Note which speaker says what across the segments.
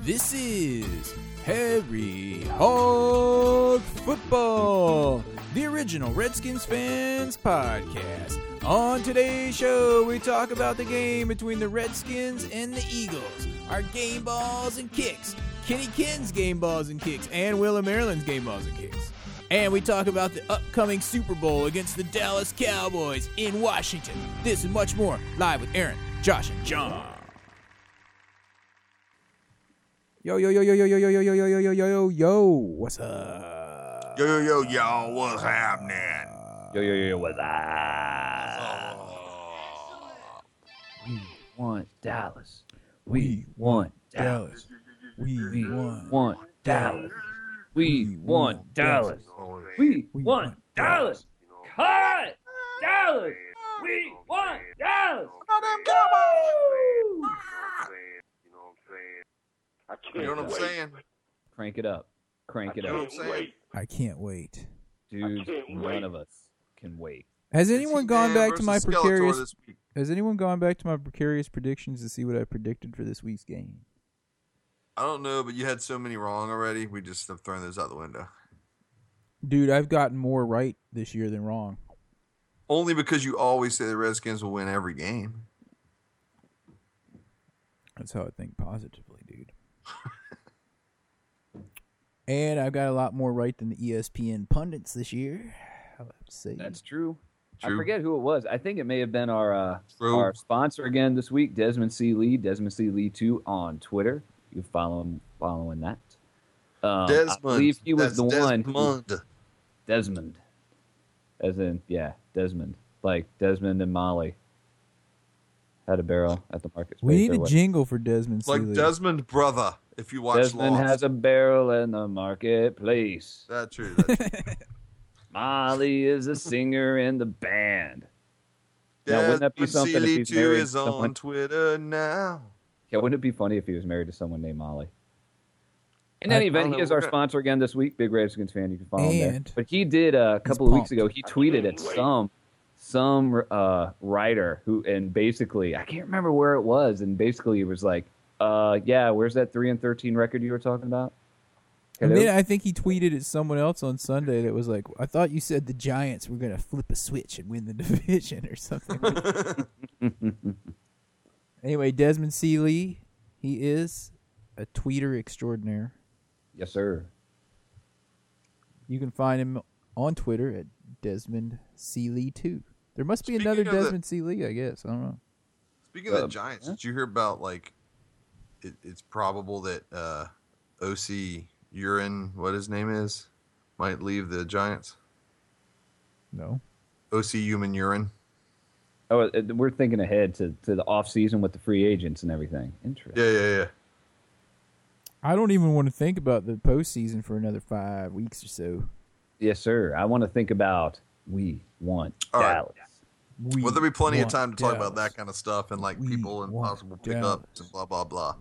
Speaker 1: This is Harry Hog Football, the original Redskins fans podcast. On today's show, we talk about the game between the Redskins and the Eagles, our game balls and kicks, Kenny Kinn's game balls and kicks, and Willa Maryland's game balls and kicks. And we talk about the upcoming Super Bowl against the Dallas Cowboys in Washington. This and much more live with Aaron, Josh, and John. Yo yo yo yo yo yo yo yo yo yo yo yo yo yo yo. What's up?
Speaker 2: Yo, yo, yo, y'all, what's happening?
Speaker 3: Yo, yo, yo, yo, what's up? We want Dallas. We want Dallas.
Speaker 1: We
Speaker 3: We want Dallas. We want Dallas. We want Dallas. Cut! Dallas! We want Dallas! Woo!
Speaker 4: I can't
Speaker 2: You know what I'm
Speaker 4: wait.
Speaker 2: saying?
Speaker 3: Crank it up. Crank it
Speaker 4: I
Speaker 3: up.
Speaker 4: can't
Speaker 2: saying?
Speaker 4: wait.
Speaker 1: I can't wait.
Speaker 3: Dude,
Speaker 4: can't wait.
Speaker 3: none of us can wait.
Speaker 1: Has anyone gone back to my
Speaker 2: versus Skeletor
Speaker 1: precarious?
Speaker 2: this week.
Speaker 1: Has anyone gone back to my precarious predictions to see what I predicted for this week's game?
Speaker 2: I don't know, but you had so many wrong already. We just have thrown those out the window.
Speaker 1: Dude, I've gotten more right this year than wrong.
Speaker 2: Only because you always say the Redskins will win every game.
Speaker 1: That's how I think positively, dude. and I've got a lot more right than the E ESPN pundits this year. I'll have to say
Speaker 3: That's true. I
Speaker 2: Mm. True.
Speaker 3: forget who it was. I think it may have been our uh,
Speaker 2: True.
Speaker 3: our sponsor again this week, Desmond C. Lee. Desmond C. Lee two on Twitter. You follow him following that. Um,
Speaker 2: Desmond.
Speaker 3: I believe he was
Speaker 2: that's
Speaker 3: the one. who-
Speaker 2: Desmond.
Speaker 3: Desmond. As in, yeah, Desmond. Like Desmond and Molly had a barrel at the market.
Speaker 1: we
Speaker 3: space
Speaker 1: need
Speaker 3: or
Speaker 1: a
Speaker 3: what-
Speaker 1: jingle for Desmond
Speaker 2: Like
Speaker 1: Seeley.
Speaker 2: Desmond Brother, if you watch
Speaker 3: Desmond
Speaker 2: Lost.
Speaker 3: has a barrel in the marketplace.
Speaker 2: That's true. That's true.
Speaker 3: Molly is a singer in the band. Now, wouldn't that be
Speaker 2: Desmond
Speaker 3: something if
Speaker 2: Seeley
Speaker 3: he's
Speaker 2: too
Speaker 3: married
Speaker 2: is
Speaker 3: to someone-
Speaker 2: on Twitter now.
Speaker 3: Yeah, wouldn't it be funny if he was married to someone named Molly? In
Speaker 1: I-
Speaker 3: any
Speaker 2: I
Speaker 3: event,
Speaker 2: don't
Speaker 3: he
Speaker 2: know.
Speaker 3: is our
Speaker 2: We're gonna-
Speaker 3: sponsor again this week. Big Redskins fan, you can follow him
Speaker 1: And-
Speaker 3: there. But he did uh, a couple of weeks
Speaker 1: pumped.
Speaker 3: ago. He tweeted at
Speaker 4: can't wait.
Speaker 3: some some uh, writer who, and basically, I can't remember where it was, and basically, he was like, uh, "Yeah, where's that three and thirteen record you were talking about?"
Speaker 1: And
Speaker 3: Hello?
Speaker 1: then I think he tweeted at someone else on Sunday that was like, "I thought you said the Giants were going to flip a switch and win the division or something." anyway, Desmond C. Lee, he is a tweeter extraordinaire.
Speaker 3: yes, sir.
Speaker 1: You can find him on Twitter at Desmond C. Lee two. There must be
Speaker 2: Speaking
Speaker 1: another
Speaker 2: of the-
Speaker 1: Desmond C. Lee, I guess. I don't know.
Speaker 2: Speaking of the
Speaker 3: Um,
Speaker 2: Giants, did you hear about like it, it's probable that uh, OC Urine, what his name is, might leave the Giants?
Speaker 1: No.
Speaker 2: OC Human Urine.
Speaker 3: Oh, uh, we're thinking ahead to, to the off season with the free agents and everything. Interesting.
Speaker 2: Yeah, yeah, yeah.
Speaker 1: I don't even want to think about the postseason for another five weeks or so.
Speaker 3: Yes, sir. I want to think about we want
Speaker 2: All right.
Speaker 3: Dallas.
Speaker 1: We
Speaker 2: Well, there'll be plenty of
Speaker 1: want
Speaker 2: time to talk about
Speaker 1: Dallas.
Speaker 2: that kind of stuff and like
Speaker 1: We
Speaker 2: people and
Speaker 1: want
Speaker 2: possible
Speaker 1: Dallas.
Speaker 2: pickups and blah blah blah.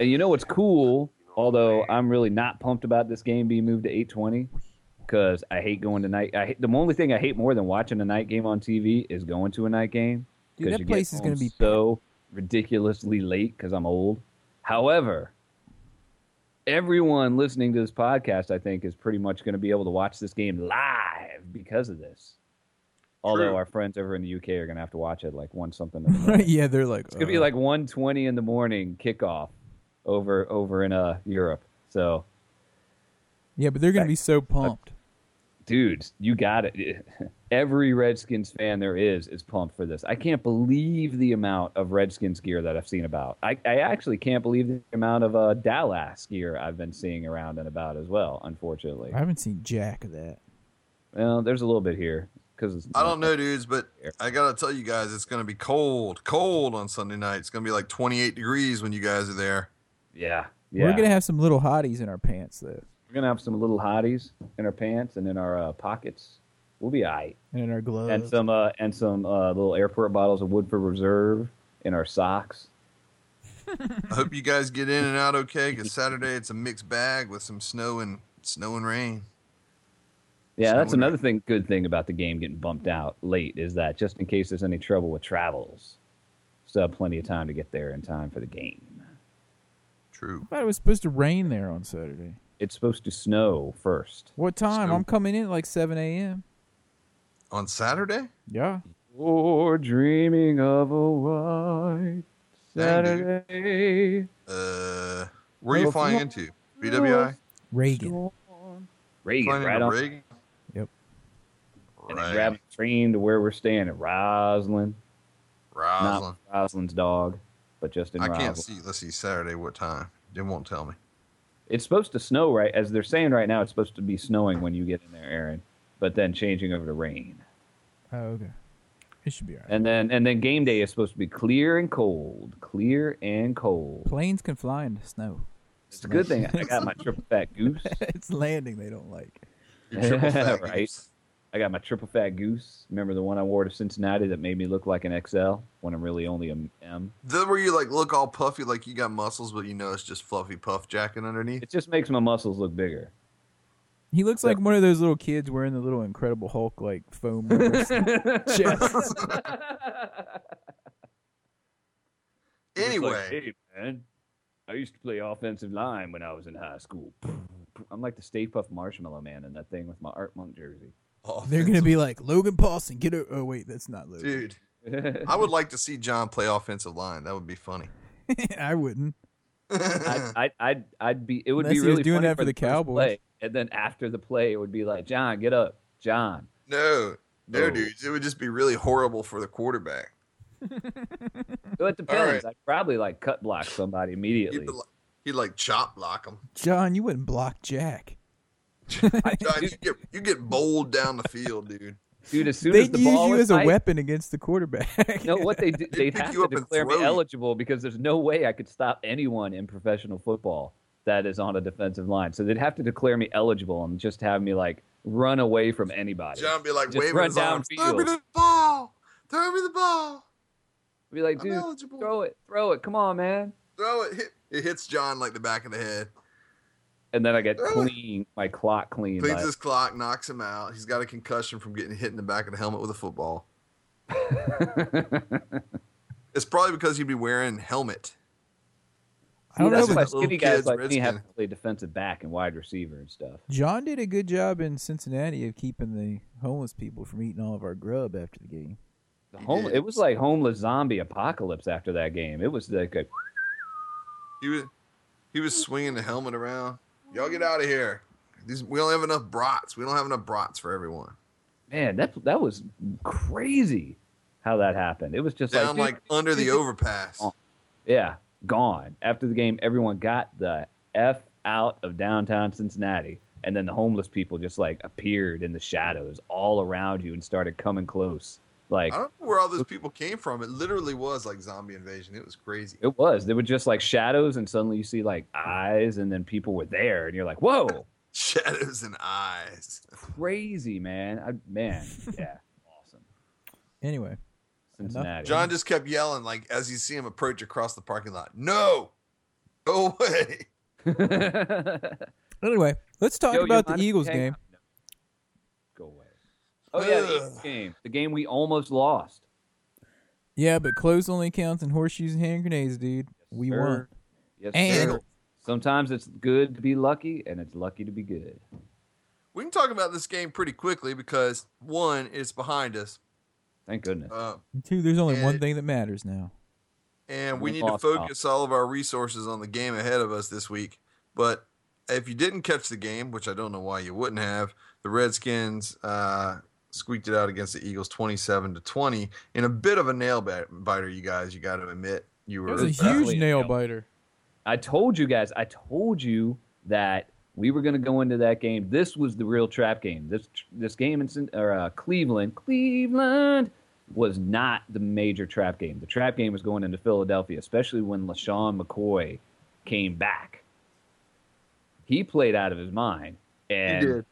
Speaker 3: And you know what's cool? Although I'm really not pumped about this game being moved to 8:20 because I hate going to night. I hate, the only thing I hate more than watching a night game on TV is going to a night game
Speaker 1: Dude, that
Speaker 3: you get
Speaker 1: place is
Speaker 3: home
Speaker 1: gonna be
Speaker 3: so ridiculously late because I'm old. However, everyone listening to this podcast, I think, is pretty much going to be able to watch this game live because of this. Although
Speaker 2: True.
Speaker 3: our friends over in the UK are going to have to watch it like one something. in the morning.
Speaker 1: Right? Yeah, they're like
Speaker 3: It's gonna be like 1:20 in the morning kickoff over over in uh Europe. So,
Speaker 1: yeah, but they're going to be so pumped.
Speaker 3: dudes, you got it. Every Redskins fan there is is pumped for this. I can't believe the amount of Redskins gear that I've seen about. I, I actually can't believe the amount of uh, Dallas gear I've been seeing around and about as well. Unfortunately,
Speaker 1: I haven't seen jack of that.
Speaker 3: well, there's a little bit here because
Speaker 2: I don't know, dudes, but I gotta tell you guys, it's gonna be cold, cold on Sunday night. It's gonna be like 28 degrees when you guys are there.
Speaker 3: Yeah, yeah.
Speaker 1: We're gonna have some little hotties in our pants though,
Speaker 3: We're gonna have some little hotties in our pants and in our uh, pockets. We'll be all right.
Speaker 1: and in our gloves.
Speaker 3: and some uh, and some uh, little airport bottles of Woodford Reserve in our socks.
Speaker 2: I hope you guys get in and out okay. Cause Saturday it's a mixed bag with some snow and snow and rain.
Speaker 3: Yeah,
Speaker 2: So
Speaker 3: that's
Speaker 2: we're-
Speaker 3: another thing. Good thing about the game getting bumped out late is that just in case there's any trouble with travels, still have plenty of time to get there in time for the game.
Speaker 2: True.
Speaker 5: I thought it was supposed to rain there on Saturday.
Speaker 3: It's supposed to snow first.
Speaker 5: What time?
Speaker 2: Snow.
Speaker 5: I'm coming in at like 7 a.m.
Speaker 2: On Saturday?
Speaker 5: Yeah.
Speaker 3: Or dreaming of a white
Speaker 2: Dang, dude.
Speaker 3: Saturday.
Speaker 2: Uh, where you
Speaker 3: Well,
Speaker 2: flying
Speaker 3: yeah.
Speaker 2: into? BWI?
Speaker 5: Reagan.
Speaker 3: Reagan,
Speaker 2: Flying
Speaker 3: right
Speaker 2: into
Speaker 3: on.
Speaker 2: Reagan?
Speaker 5: Yep.
Speaker 3: And then grab
Speaker 2: Right.
Speaker 3: a train to where we're staying at Roslyn.
Speaker 2: Roslyn.
Speaker 3: Not Roslyn's dog, but just in
Speaker 2: I
Speaker 3: Roslyn.
Speaker 2: can't see. Let's see. Saturday, what time? It won't tell me.
Speaker 3: It's supposed to snow, right? As they're saying right now, it's supposed to be snowing when you get in there, Aaron. But then changing over to rain,
Speaker 5: Oh, okay. It should be all right.
Speaker 3: and then and then game day is supposed to be clear and cold, clear and cold.
Speaker 5: Planes can fly into snow.
Speaker 3: It's a good thing I got my triple fat goose.
Speaker 5: it's landing they don't like.
Speaker 2: Your triple fat
Speaker 3: Right.
Speaker 2: goose.
Speaker 3: I got my triple fat goose. Remember the one I wore to Cincinnati that made me look like an XL when I'm really only an M.
Speaker 2: The where you like look all puffy, like you got muscles, but you know it's just fluffy puff jacket underneath.
Speaker 3: It just makes my muscles look bigger.
Speaker 5: He looks like one of those little kids wearing the little Incredible Hulk like foam rubber chest.
Speaker 2: Anyway,
Speaker 3: It's like, hey, man, I used to play offensive line when I was in high school. I'm like the Stay Puff Marshmallow Man in that thing with my Art Monk jersey.
Speaker 5: They're gonna be like Logan Paulson. Get o Oh wait, that's not Logan.
Speaker 2: dude. I would like to see John play offensive line. That would be funny.
Speaker 5: I wouldn't.
Speaker 3: I'd, I'd, I'd, I'd be. It would
Speaker 5: Unless
Speaker 3: be
Speaker 5: he was
Speaker 3: really
Speaker 5: doing
Speaker 3: funny
Speaker 5: that for the
Speaker 3: first
Speaker 5: Cowboys.
Speaker 3: play, and then after the play, it would be like, John, get up, John.
Speaker 2: no, no,
Speaker 3: No.
Speaker 2: dudes. It would just be really horrible for the quarterback.
Speaker 3: So it depends.
Speaker 2: right.
Speaker 3: I'd probably like cut block somebody immediately.
Speaker 2: He'd, be like, he'd like chop block him.
Speaker 5: John, you wouldn't block Jack.
Speaker 2: John, you get you get bowled down the field, dude.
Speaker 3: Dude, as soon
Speaker 5: They'd
Speaker 3: as the
Speaker 5: use
Speaker 3: ball
Speaker 5: you
Speaker 3: is
Speaker 5: as a
Speaker 3: tight-
Speaker 5: weapon against the quarterback.
Speaker 3: No, what they do, they'd
Speaker 2: pick
Speaker 3: have
Speaker 2: you
Speaker 3: to
Speaker 2: up and
Speaker 3: declare me
Speaker 2: throw you.
Speaker 3: eligible because there's no way I could stop anyone in professional football that is on a defensive line. So they'd have to declare me eligible and just have me like run away from anybody.
Speaker 2: John be like
Speaker 3: Just
Speaker 2: waving
Speaker 3: run
Speaker 2: his arms. Throw me
Speaker 3: downfield.
Speaker 2: the ball. Throw me the ball.
Speaker 3: Be like,
Speaker 2: I'm
Speaker 3: dude,
Speaker 2: eligible.
Speaker 3: throw it, throw it, come on, man.
Speaker 2: Throw it. Hit, it hits John like the back of the head.
Speaker 3: And then I get
Speaker 2: Throw it.
Speaker 3: clean, my clock clean.
Speaker 2: Cleans
Speaker 3: by-
Speaker 2: his clock, knocks him out. He's got a concussion from getting hit in the back of the helmet with a football. it's probably because he'd be wearing helmet.
Speaker 5: I don't
Speaker 3: That's
Speaker 5: know,
Speaker 3: why
Speaker 5: but
Speaker 2: little
Speaker 3: skinny guys
Speaker 2: kids,
Speaker 3: like me have to
Speaker 2: Redskin.
Speaker 3: play defensive back and wide receiver and stuff.
Speaker 5: John did a good job in Cincinnati of keeping the homeless people from eating all of our grub after the game.
Speaker 3: The
Speaker 2: He
Speaker 3: home,
Speaker 2: did.
Speaker 3: it was like homeless zombie apocalypse after that game. It was like a
Speaker 2: He was he was swinging the helmet around. Y'all get out of here. These, we don't have enough brats. We don't have enough brats for everyone.
Speaker 3: man. That that was crazy how that happened. It was just
Speaker 2: Down
Speaker 3: like,
Speaker 2: like,
Speaker 3: dude,
Speaker 2: under the
Speaker 3: dude,
Speaker 2: overpass.
Speaker 3: Oh. Yeah, gone. After the game, everyone got the F out of downtown Cincinnati. And then the homeless people just like appeared in the shadows all around you and started coming close. Like,
Speaker 2: I don't know where all those people came from. It literally was like zombie invasion. It was crazy.
Speaker 3: it was. They were just like shadows, and suddenly you see like eyes, and then people were there, and you're like, whoa,
Speaker 2: Shadows and eyes.
Speaker 3: crazy, man. I, man, yeah, awesome.
Speaker 5: Anyway,
Speaker 3: Cincinnati.
Speaker 2: John just kept yelling like as you see him approach across the parking lot. No, go away.
Speaker 5: anyway, let's talk
Speaker 3: Yo,
Speaker 5: about
Speaker 3: you
Speaker 5: the
Speaker 3: mind if
Speaker 5: Eagles
Speaker 3: we hang
Speaker 5: game.
Speaker 3: up? No. Go away. Oh, yeah, the Eagles game. The game we almost lost.
Speaker 5: Yeah, but clothes only counts and horseshoes and hand grenades, dude. we
Speaker 3: sir.
Speaker 5: won.
Speaker 3: Yes,
Speaker 5: And-
Speaker 3: sir. Sometimes it's good to be lucky, and it's lucky to be good.
Speaker 2: We can talk about this game pretty quickly because one, it's behind us,
Speaker 3: Thank goodness.
Speaker 2: uh,
Speaker 5: Two, there's only
Speaker 2: And-
Speaker 5: one thing that matters now.
Speaker 2: and
Speaker 3: We
Speaker 2: we need to
Speaker 3: lost out.
Speaker 2: focus all of our resources on the game ahead of us this week. But if you didn't catch the game, which I don't know why you wouldn't have, the Redskins uh, squeaked it out against the Eagles, twenty-seven to twenty, in a bit of a nail ba- biter. You guys, you got to admit,
Speaker 5: It
Speaker 2: you were
Speaker 5: was a huge
Speaker 3: definitely a
Speaker 5: nail
Speaker 3: nail.
Speaker 5: biter.
Speaker 3: I told you guys, I told you that we were going to go into that game. This was the real trap game. This this game in Cin- or, uh, Cleveland, Cleveland was not the major trap game. The trap game was going into Philadelphia, especially when LaShawn McCoy came back. He played out of his mind, and
Speaker 2: did.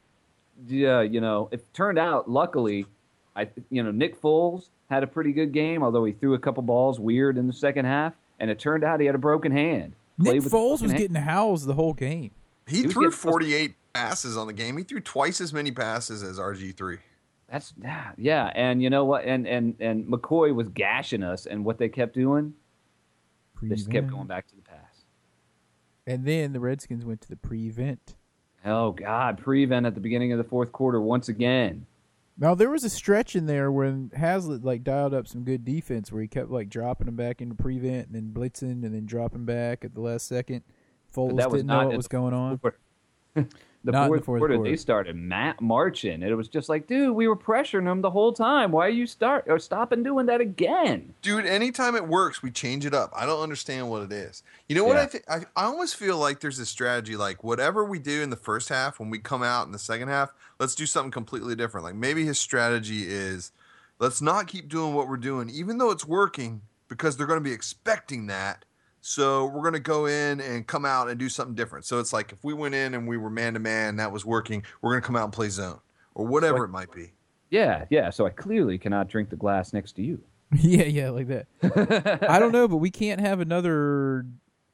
Speaker 3: yeah, you know, it turned out luckily, I you know Nick Foles had a pretty good game, although he threw a couple balls weird in the second half, and it turned out he had a broken hand.
Speaker 5: Nick
Speaker 3: Played with a
Speaker 5: Foles
Speaker 3: broken
Speaker 5: was
Speaker 3: hand.
Speaker 5: getting howls the whole game.
Speaker 2: He
Speaker 3: He was
Speaker 2: threw
Speaker 3: getting-
Speaker 2: 48 passes on the game. He threw twice as many passes as RG3.
Speaker 3: That's yeah, yeah, and you know what? And and and McCoy was gashing us, and what they kept doing, they just kept going back to the past.
Speaker 1: And then the Redskins went to the prevent.
Speaker 3: Oh God, prevent at the beginning of the fourth quarter once again.
Speaker 1: Now there was a stretch in there when Hazlitt like dialed up some good defense where he kept like dropping them back into prevent and then blitzing and then dropping back at the last second. Foles
Speaker 3: But that was
Speaker 1: didn't
Speaker 3: not
Speaker 1: know
Speaker 3: in
Speaker 1: what was
Speaker 3: the
Speaker 1: going on.
Speaker 3: Fourth- The
Speaker 1: Not in the
Speaker 3: fourth,
Speaker 1: fourth
Speaker 3: quarter,
Speaker 1: quarter.
Speaker 3: they started ma- marching, and it was just like, dude, we were pressuring them the whole time. Why are you start or stopping doing that again?
Speaker 2: Dude, anytime it works, we change it up. I don't understand what it is. You know what
Speaker 3: Yeah.
Speaker 2: I think? I, I almost feel like there's a strategy like whatever we do in the first half, when we come out in the second half, let's do something completely different. Like maybe his strategy is let's not keep doing what we're doing, even though it's working, because they're going to be expecting that. So we're going to go in and come out and do something different. So it's like if we went in and we were man to man, that was working, we're going to come out and play zone or whatever it might be.
Speaker 3: Yeah, yeah. So I clearly cannot drink the glass next to you.
Speaker 1: yeah, yeah, like that. I don't know, but we can't have another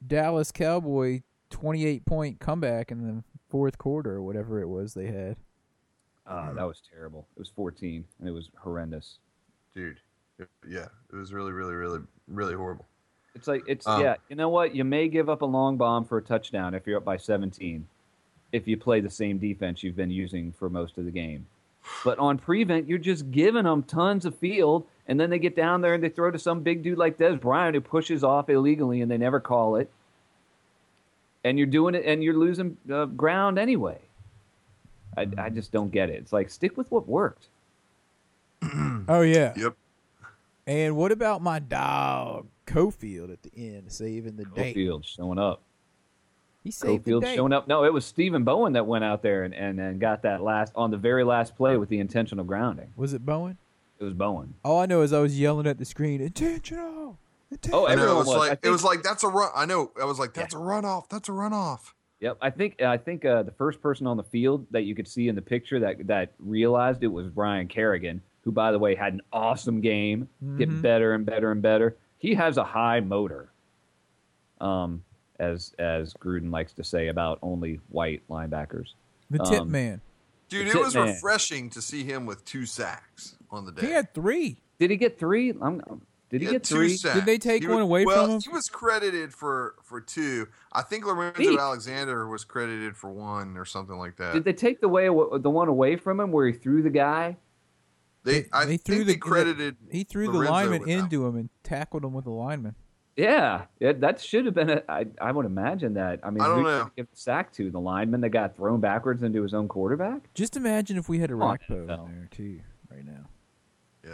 Speaker 1: Dallas Cowboy 28 point comeback in the fourth quarter or whatever it was they had.
Speaker 3: Ah, that was terrible. It was 14, and it was horrendous.
Speaker 2: Dude, it- yeah, it was really, really, really, really horrible.
Speaker 3: It's like it's
Speaker 1: Ah.
Speaker 2: Um,
Speaker 3: yeah. You know what? You may give up a long bomb for a touchdown if you're up by 17, if you play the same defense you've been using for most of the game. But on prevent, you're just giving them tons of field, and then they get down there and they throw to some big dude like Des Bryant who pushes off illegally, and they never call it. And you're doing it, and you're losing uh, ground anyway. I, I just don't get it. It's like stick with what worked.
Speaker 1: Oh, yeah.
Speaker 2: Yep.
Speaker 1: And what about my dog, Cofield, at the end, saving the day?
Speaker 3: Cofield showing up.
Speaker 1: He saved the
Speaker 3: Cofield
Speaker 1: day.
Speaker 3: showing up. No, it was Stephen Bowen that went out there and, and, and got that last on the very last play with the intentional grounding.
Speaker 1: Was it Bowen?
Speaker 3: It was Bowen.
Speaker 1: All I know is I was yelling at the screen, intentional. intentional.
Speaker 3: Oh,
Speaker 2: I know,
Speaker 3: everyone
Speaker 2: it was,
Speaker 3: was.
Speaker 2: like
Speaker 3: I
Speaker 2: it
Speaker 3: think-
Speaker 2: was like that's a run. I know I was like that's a runoff. That's a runoff.
Speaker 3: Yep. I think I think uh, the first person on the field that you could see in the picture that that realized it was Brian Kerrigan, who by the way had an awesome game, getting
Speaker 1: Mhm.
Speaker 3: better and better and better. He has a high motor. Um, as as Gruden likes to say about only white linebackers.
Speaker 1: the tip
Speaker 3: um,
Speaker 1: man.
Speaker 2: Dude,
Speaker 3: The
Speaker 2: it
Speaker 3: tip
Speaker 2: was
Speaker 3: man.
Speaker 2: refreshing to see him with two sacks on the day.
Speaker 1: He had three.
Speaker 3: Did he get three? I'm, did he
Speaker 2: had
Speaker 3: get
Speaker 2: two
Speaker 3: three?
Speaker 2: sacks.
Speaker 1: Did they take
Speaker 2: He
Speaker 1: one
Speaker 2: was-
Speaker 1: away
Speaker 2: well,
Speaker 1: from him?
Speaker 2: He was credited for for two. I think Lorenzo
Speaker 3: Eight.
Speaker 2: Alexander was credited for one or something like that.
Speaker 3: Did they take the way the one away from him where he threw the guy?
Speaker 2: They, I
Speaker 1: They
Speaker 2: think
Speaker 1: threw the-
Speaker 2: they credited.
Speaker 1: He threw the
Speaker 2: Lorenzo
Speaker 1: lineman
Speaker 2: with that
Speaker 1: into him and tackled him with the lineman.
Speaker 3: Yeah, yeah, that should have been. A, I, I would imagine that. I mean,
Speaker 2: I don't
Speaker 3: who
Speaker 2: know.
Speaker 3: should give the sack to the lineman that got thrown backwards into his own quarterback?
Speaker 1: Just imagine if we had a
Speaker 3: on,
Speaker 1: rock bow in
Speaker 3: NFL.
Speaker 1: there, too, right now.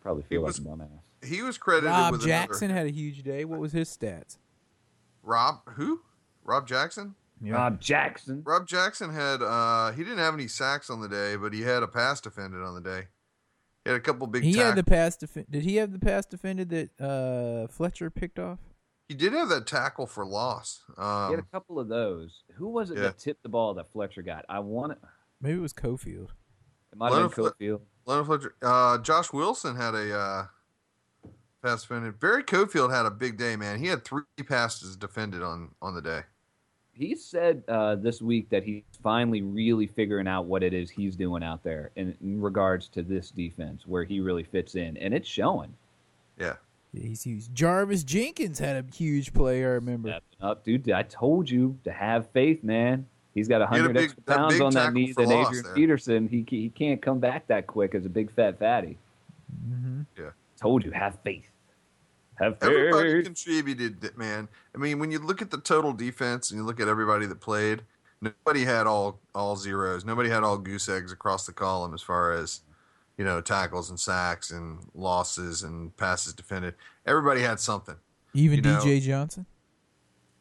Speaker 3: Probably feel like
Speaker 2: was-
Speaker 3: a dumbass.
Speaker 2: He was credited
Speaker 1: Rob
Speaker 2: with
Speaker 1: Jackson
Speaker 2: Another,
Speaker 1: had a huge day. What was his stats?
Speaker 2: Rob who? Rob Jackson.
Speaker 3: Rob Jackson.
Speaker 2: Rob Jackson had. uh He didn't have any sacks on the day, but he had a pass defended on the day. He had a couple big.
Speaker 1: he had
Speaker 2: tackles.
Speaker 1: the pass defended. Did he have the pass defended that uh, Fletcher picked off?
Speaker 2: He did have that tackle for loss.
Speaker 3: he had a
Speaker 2: Um,
Speaker 3: couple of those. Who was it
Speaker 2: yeah.
Speaker 3: that tipped the ball that Fletcher got? I want it.
Speaker 1: Maybe it was Cofield.
Speaker 3: It might have been
Speaker 2: Leonard
Speaker 3: Cofield.
Speaker 2: Leonard Fletcher, uh, Josh Wilson had a uh, pass defended. Barry Cofield had a big day, man. He had three passes defended on on the day.
Speaker 3: He said uh, this week that he's finally really figuring out what it is he's doing out there in, in regards to this defense, where he really fits in, and it's showing.
Speaker 2: Yeah,
Speaker 1: Yeah, he's huge. Jarvis Jenkins had a huge play. I remember.
Speaker 3: stepping up, dude. I told you to have faith, man. He's got
Speaker 2: He had a
Speaker 3: 100
Speaker 2: big-
Speaker 3: extra
Speaker 2: that
Speaker 3: pounds
Speaker 2: big
Speaker 3: on that
Speaker 2: tackle
Speaker 3: knee
Speaker 2: for
Speaker 3: than
Speaker 2: loss
Speaker 3: Adrian
Speaker 2: there.
Speaker 3: Peterson. He, he can't come back that quick as a big fat fatty.
Speaker 1: Mm-hmm.
Speaker 3: Told you, have faith. Have
Speaker 2: everybody
Speaker 3: faith.
Speaker 2: contributed, th- man. I mean, when you look at the total defense and you look at everybody that played, nobody had all all zeros. Nobody had all goose eggs across the column as far as you know tackles and sacks and losses and passes defended. Everybody had something.
Speaker 1: Even
Speaker 2: You know-
Speaker 1: DJ Johnson,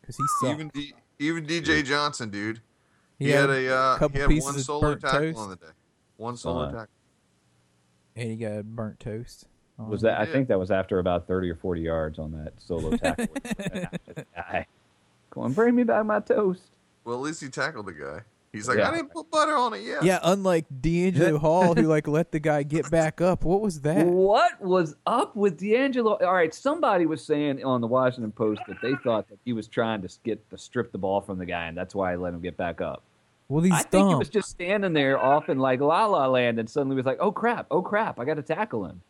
Speaker 1: because he sucked.
Speaker 2: Even D, even DJ Johnson, dude.
Speaker 1: he,
Speaker 2: He, had, a uh,
Speaker 1: couple
Speaker 2: he had
Speaker 1: pieces
Speaker 2: one
Speaker 1: of
Speaker 2: solo
Speaker 1: burnt
Speaker 2: tackle
Speaker 1: toast.
Speaker 2: on the day. One solo
Speaker 3: Uh,
Speaker 2: tackle.
Speaker 1: and he got burnt toast. on
Speaker 3: Was that? I
Speaker 2: Yeah.
Speaker 3: think that was after about 30 or 40 yards on that solo tackle. Guy. Come on, bring me back my toast.
Speaker 2: Well, at least he tackled the guy. He's like,
Speaker 3: Yeah.
Speaker 2: I didn't put butter on it yet.
Speaker 1: Yeah, unlike D'Angelo
Speaker 3: Yeah.
Speaker 1: Hall, who like let the guy get back up. What was that?
Speaker 3: What was up with D'Angelo? All right, somebody was saying on the Washington Post that they thought that he was trying to get the strip the ball from the guy, and that's why I let him get back up.
Speaker 1: Willie's
Speaker 3: I think
Speaker 1: thumb.
Speaker 3: he was just standing there off in like la la land, and suddenly was like, "Oh crap! Oh crap! I got to tackle him."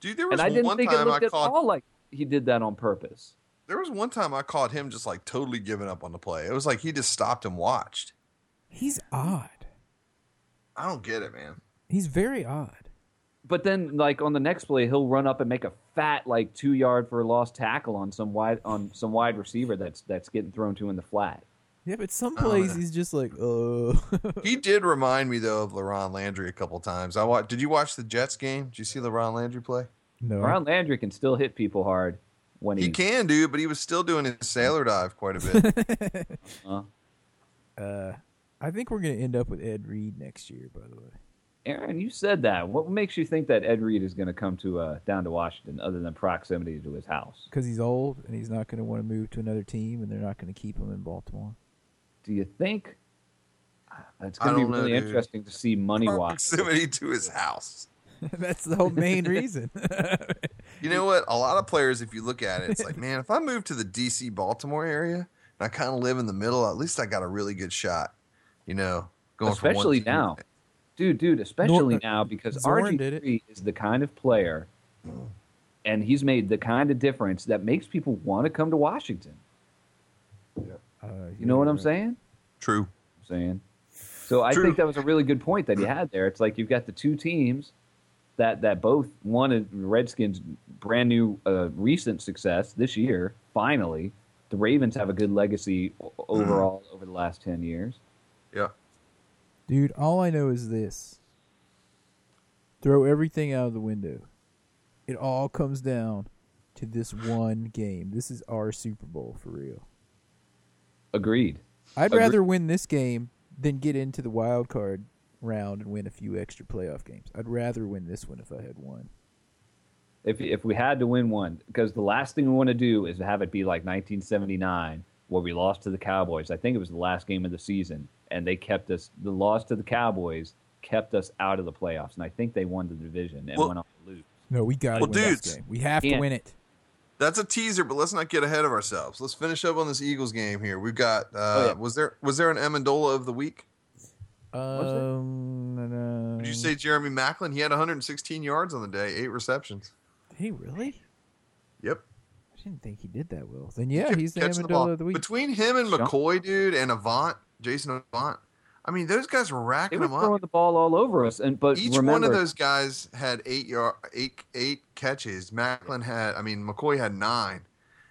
Speaker 2: Dude, there was
Speaker 3: And I didn't
Speaker 2: one
Speaker 3: think it
Speaker 2: time I
Speaker 3: looked at
Speaker 2: caught
Speaker 3: all like he did that on purpose.
Speaker 2: there was one time I caught him just like totally giving up on the play. It was like he just stopped and watched.
Speaker 1: He's odd.
Speaker 2: I don't get it, man.
Speaker 1: He's very odd.
Speaker 3: But then, like on the next play, he'll run up and make a fat like two yard for a lost tackle on some wide on some wide receiver that's that's getting thrown to in the flat.
Speaker 1: Yeah, but some
Speaker 2: I don't
Speaker 1: plays
Speaker 2: know.
Speaker 1: he's just like, uh.
Speaker 2: He did remind me though of LaRon Landry a couple times. I watched, Did you watch the Jets game? Did you see LaRon Landry play?
Speaker 1: no.
Speaker 3: Ron Landry can still hit people hard when
Speaker 2: He
Speaker 3: he
Speaker 2: can do, but he was still doing his sailor dive quite a bit.
Speaker 3: Uh,
Speaker 1: uh, I think we're gonna end up with Ed Reed next year. By the way,
Speaker 3: Aaron, you said that. What makes you think that Ed Reed is going to come to uh, down to Washington, other than proximity to his house?
Speaker 1: because he's old and he's not gonna want to move to another team, and they're not gonna keep him in Baltimore.
Speaker 3: Do you think it's
Speaker 2: I
Speaker 3: going to be
Speaker 2: don't know,
Speaker 3: really
Speaker 2: dude.
Speaker 3: interesting to see money wise?
Speaker 2: Proximity to his house.
Speaker 1: That's the whole main reason.
Speaker 2: You know what? A lot of players, if you look at it, it's like, man, if I move to the DC Baltimore area and I kind of live in the middle, at least I got a really good shot. You know, going from one
Speaker 3: Especially
Speaker 2: team-
Speaker 3: now. Dude, dude, especially
Speaker 1: Nor-
Speaker 3: now because
Speaker 1: Zorn did
Speaker 3: RG3 is the kind of player and he's made the kind of difference that makes people want to come to Washington.
Speaker 1: Uh,
Speaker 3: You know what I'm saying?
Speaker 2: True.
Speaker 3: I'm saying. So I
Speaker 2: True.
Speaker 3: think that was a really good point that he had there. It's like you've got the two teams that that both wanted Redskins brand new uh, recent success this year. Finally, the Ravens have a good legacy o- overall
Speaker 2: Mm-hmm.
Speaker 3: over the last ten years.
Speaker 2: Yeah.
Speaker 1: Dude, all I know is this. Throw everything out of the window. It all comes down to this one game. This is our Super Bowl for real.
Speaker 3: Agreed.
Speaker 1: I'd
Speaker 2: Agree-
Speaker 1: rather win this game than get into the wild card round and win a few extra playoff games. I'd rather win this one if I had one.
Speaker 3: If if we had to win one, because the last thing we want to do is have it be like 1979 where we lost to the Cowboys. I think it was the last game of the season, and they kept us. The loss to the Cowboys kept us out of the playoffs, and I think they won the division and
Speaker 2: Well-
Speaker 3: went on to lose.
Speaker 1: No, we got to
Speaker 2: Well,
Speaker 1: win this
Speaker 2: dudes,
Speaker 1: game. We have to
Speaker 3: can't-
Speaker 1: win it.
Speaker 2: That's a teaser, but let's not get ahead of ourselves. Let's finish up on this Eagles game here. We've got uh
Speaker 3: Oh, yeah.
Speaker 2: was there was there an Amendola of the week?
Speaker 3: it?
Speaker 1: Um, no,
Speaker 2: Would you say Jeremy Macklin? He had 116 yards on the day, eight receptions.
Speaker 1: Hey, really?
Speaker 2: Yep.
Speaker 1: I didn't think he did that well. Then yeah,
Speaker 2: kept
Speaker 1: he's the
Speaker 2: catching
Speaker 1: Amendola
Speaker 2: ball.
Speaker 1: of the week.
Speaker 2: Between him and
Speaker 3: Sean-
Speaker 2: McCoy, dude, and Avant, Jason Avant, I mean, those guys were
Speaker 3: They
Speaker 2: racking
Speaker 3: were
Speaker 2: them
Speaker 3: throwing
Speaker 2: up.
Speaker 3: the ball all over us, and but
Speaker 2: Each
Speaker 3: remember,
Speaker 2: one of those guys had eight yard, eight eight catches. Macklin had, I mean, McCoy had nine,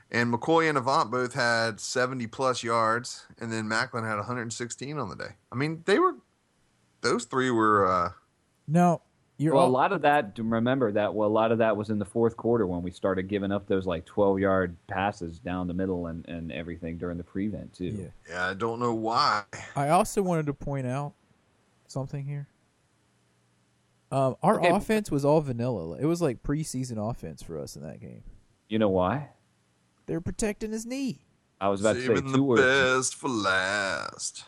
Speaker 2: and McCoy and Avant both had 70 plus yards, and then Macklin had 116 on the day. I mean, they were those three were. uh
Speaker 1: No, you're
Speaker 3: well, a
Speaker 1: all-
Speaker 3: lot of that. Remember that. Well, a lot of that was in the fourth quarter when we started giving up those like twelve yard passes down the middle and, and everything during the prevent too.
Speaker 1: Yeah.
Speaker 2: Yeah, I don't know why.
Speaker 1: I also wanted to point out something here. Um, our
Speaker 3: Okay.
Speaker 1: offense was all vanilla. It was like preseason offense for us in that game.
Speaker 3: You know why?
Speaker 1: They're protecting his knee.
Speaker 3: I was about to say
Speaker 2: Saving
Speaker 3: two
Speaker 2: the
Speaker 3: words.
Speaker 2: best for last.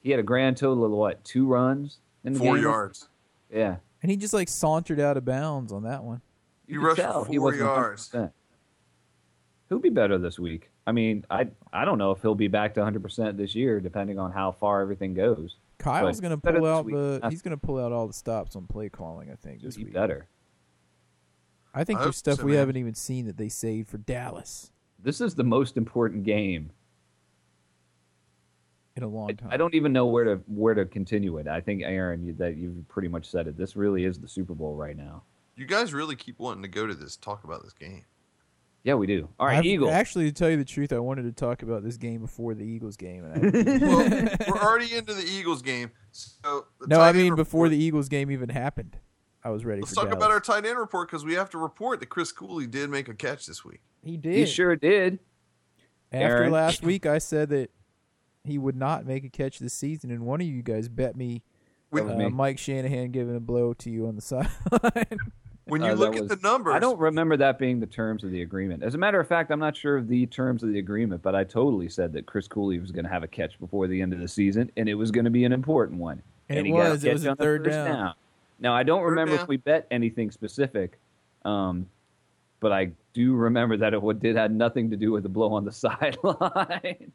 Speaker 3: He had a grand total of what? Two runs in the
Speaker 2: Four
Speaker 3: game?
Speaker 2: yards.
Speaker 3: Yeah.
Speaker 1: And he just like sauntered out of bounds on that one.
Speaker 2: He
Speaker 3: could
Speaker 2: rushed for
Speaker 3: tell he
Speaker 2: four
Speaker 3: wasn't
Speaker 2: yards.
Speaker 3: 100%. He'll be better this week. I mean, I I don't know if he'll be back to 100% this year, depending on how far everything goes.
Speaker 1: Kyle's
Speaker 3: But
Speaker 1: gonna
Speaker 3: better
Speaker 1: pull
Speaker 3: this
Speaker 1: out
Speaker 3: week.
Speaker 1: the
Speaker 3: Uh,
Speaker 1: he's gonna pull out all the stops on play calling, I think, this
Speaker 3: He'll be
Speaker 1: week.
Speaker 3: better.
Speaker 1: I think
Speaker 2: I
Speaker 1: there's
Speaker 2: hope
Speaker 1: stuff
Speaker 2: so,
Speaker 1: we
Speaker 2: man.
Speaker 1: haven't even seen that they saved for Dallas
Speaker 3: This is the most important game
Speaker 1: in a long
Speaker 3: I-
Speaker 1: time.
Speaker 3: I don't even know where to where to continue it. I think Aaron, you, that you've pretty much said it. This really is the Super Bowl right now.
Speaker 2: You guys really keep wanting to go to this, talk about this game.
Speaker 3: Yeah, we do. All right,
Speaker 1: I've-
Speaker 3: Eagles.
Speaker 1: Actually, to tell you the truth, I wanted to talk about this game before the Eagles game. And I,
Speaker 2: Well, we're already into the Eagles game. So the
Speaker 1: no,
Speaker 2: tight
Speaker 1: I
Speaker 2: end
Speaker 1: mean before
Speaker 2: report-
Speaker 1: the Eagles game even happened. I was ready
Speaker 2: Let's
Speaker 1: for
Speaker 2: talk
Speaker 1: Dallas.
Speaker 2: about our tight end report because we have to report that Chris Cooley did make a catch this week.
Speaker 1: he did.
Speaker 3: he sure did.
Speaker 1: After
Speaker 3: Aaron.
Speaker 1: last week, I said that he would not make a catch this season, and one of you guys bet me,
Speaker 2: When,
Speaker 3: That
Speaker 1: uh,
Speaker 3: was me.
Speaker 1: Mike Shanahan giving a blow to you on the sideline.
Speaker 2: when
Speaker 3: Uh,
Speaker 2: you
Speaker 3: that
Speaker 2: look at
Speaker 3: was-
Speaker 2: the numbers,
Speaker 3: I don't remember that being the terms of the agreement. As a matter of fact, I'm not sure of the terms of the agreement, but I totally said that Chris Cooley was going to have a catch before the end of the season, and it was going to be an important one.
Speaker 1: And it
Speaker 3: he got
Speaker 1: was. It
Speaker 3: catch
Speaker 1: was a
Speaker 3: on the
Speaker 1: third
Speaker 3: first
Speaker 1: down.
Speaker 3: Now I don't
Speaker 2: Third
Speaker 3: remember
Speaker 2: down.
Speaker 3: if we bet anything specific, um, but I do remember that it would- did had nothing to do with the blow on the sideline.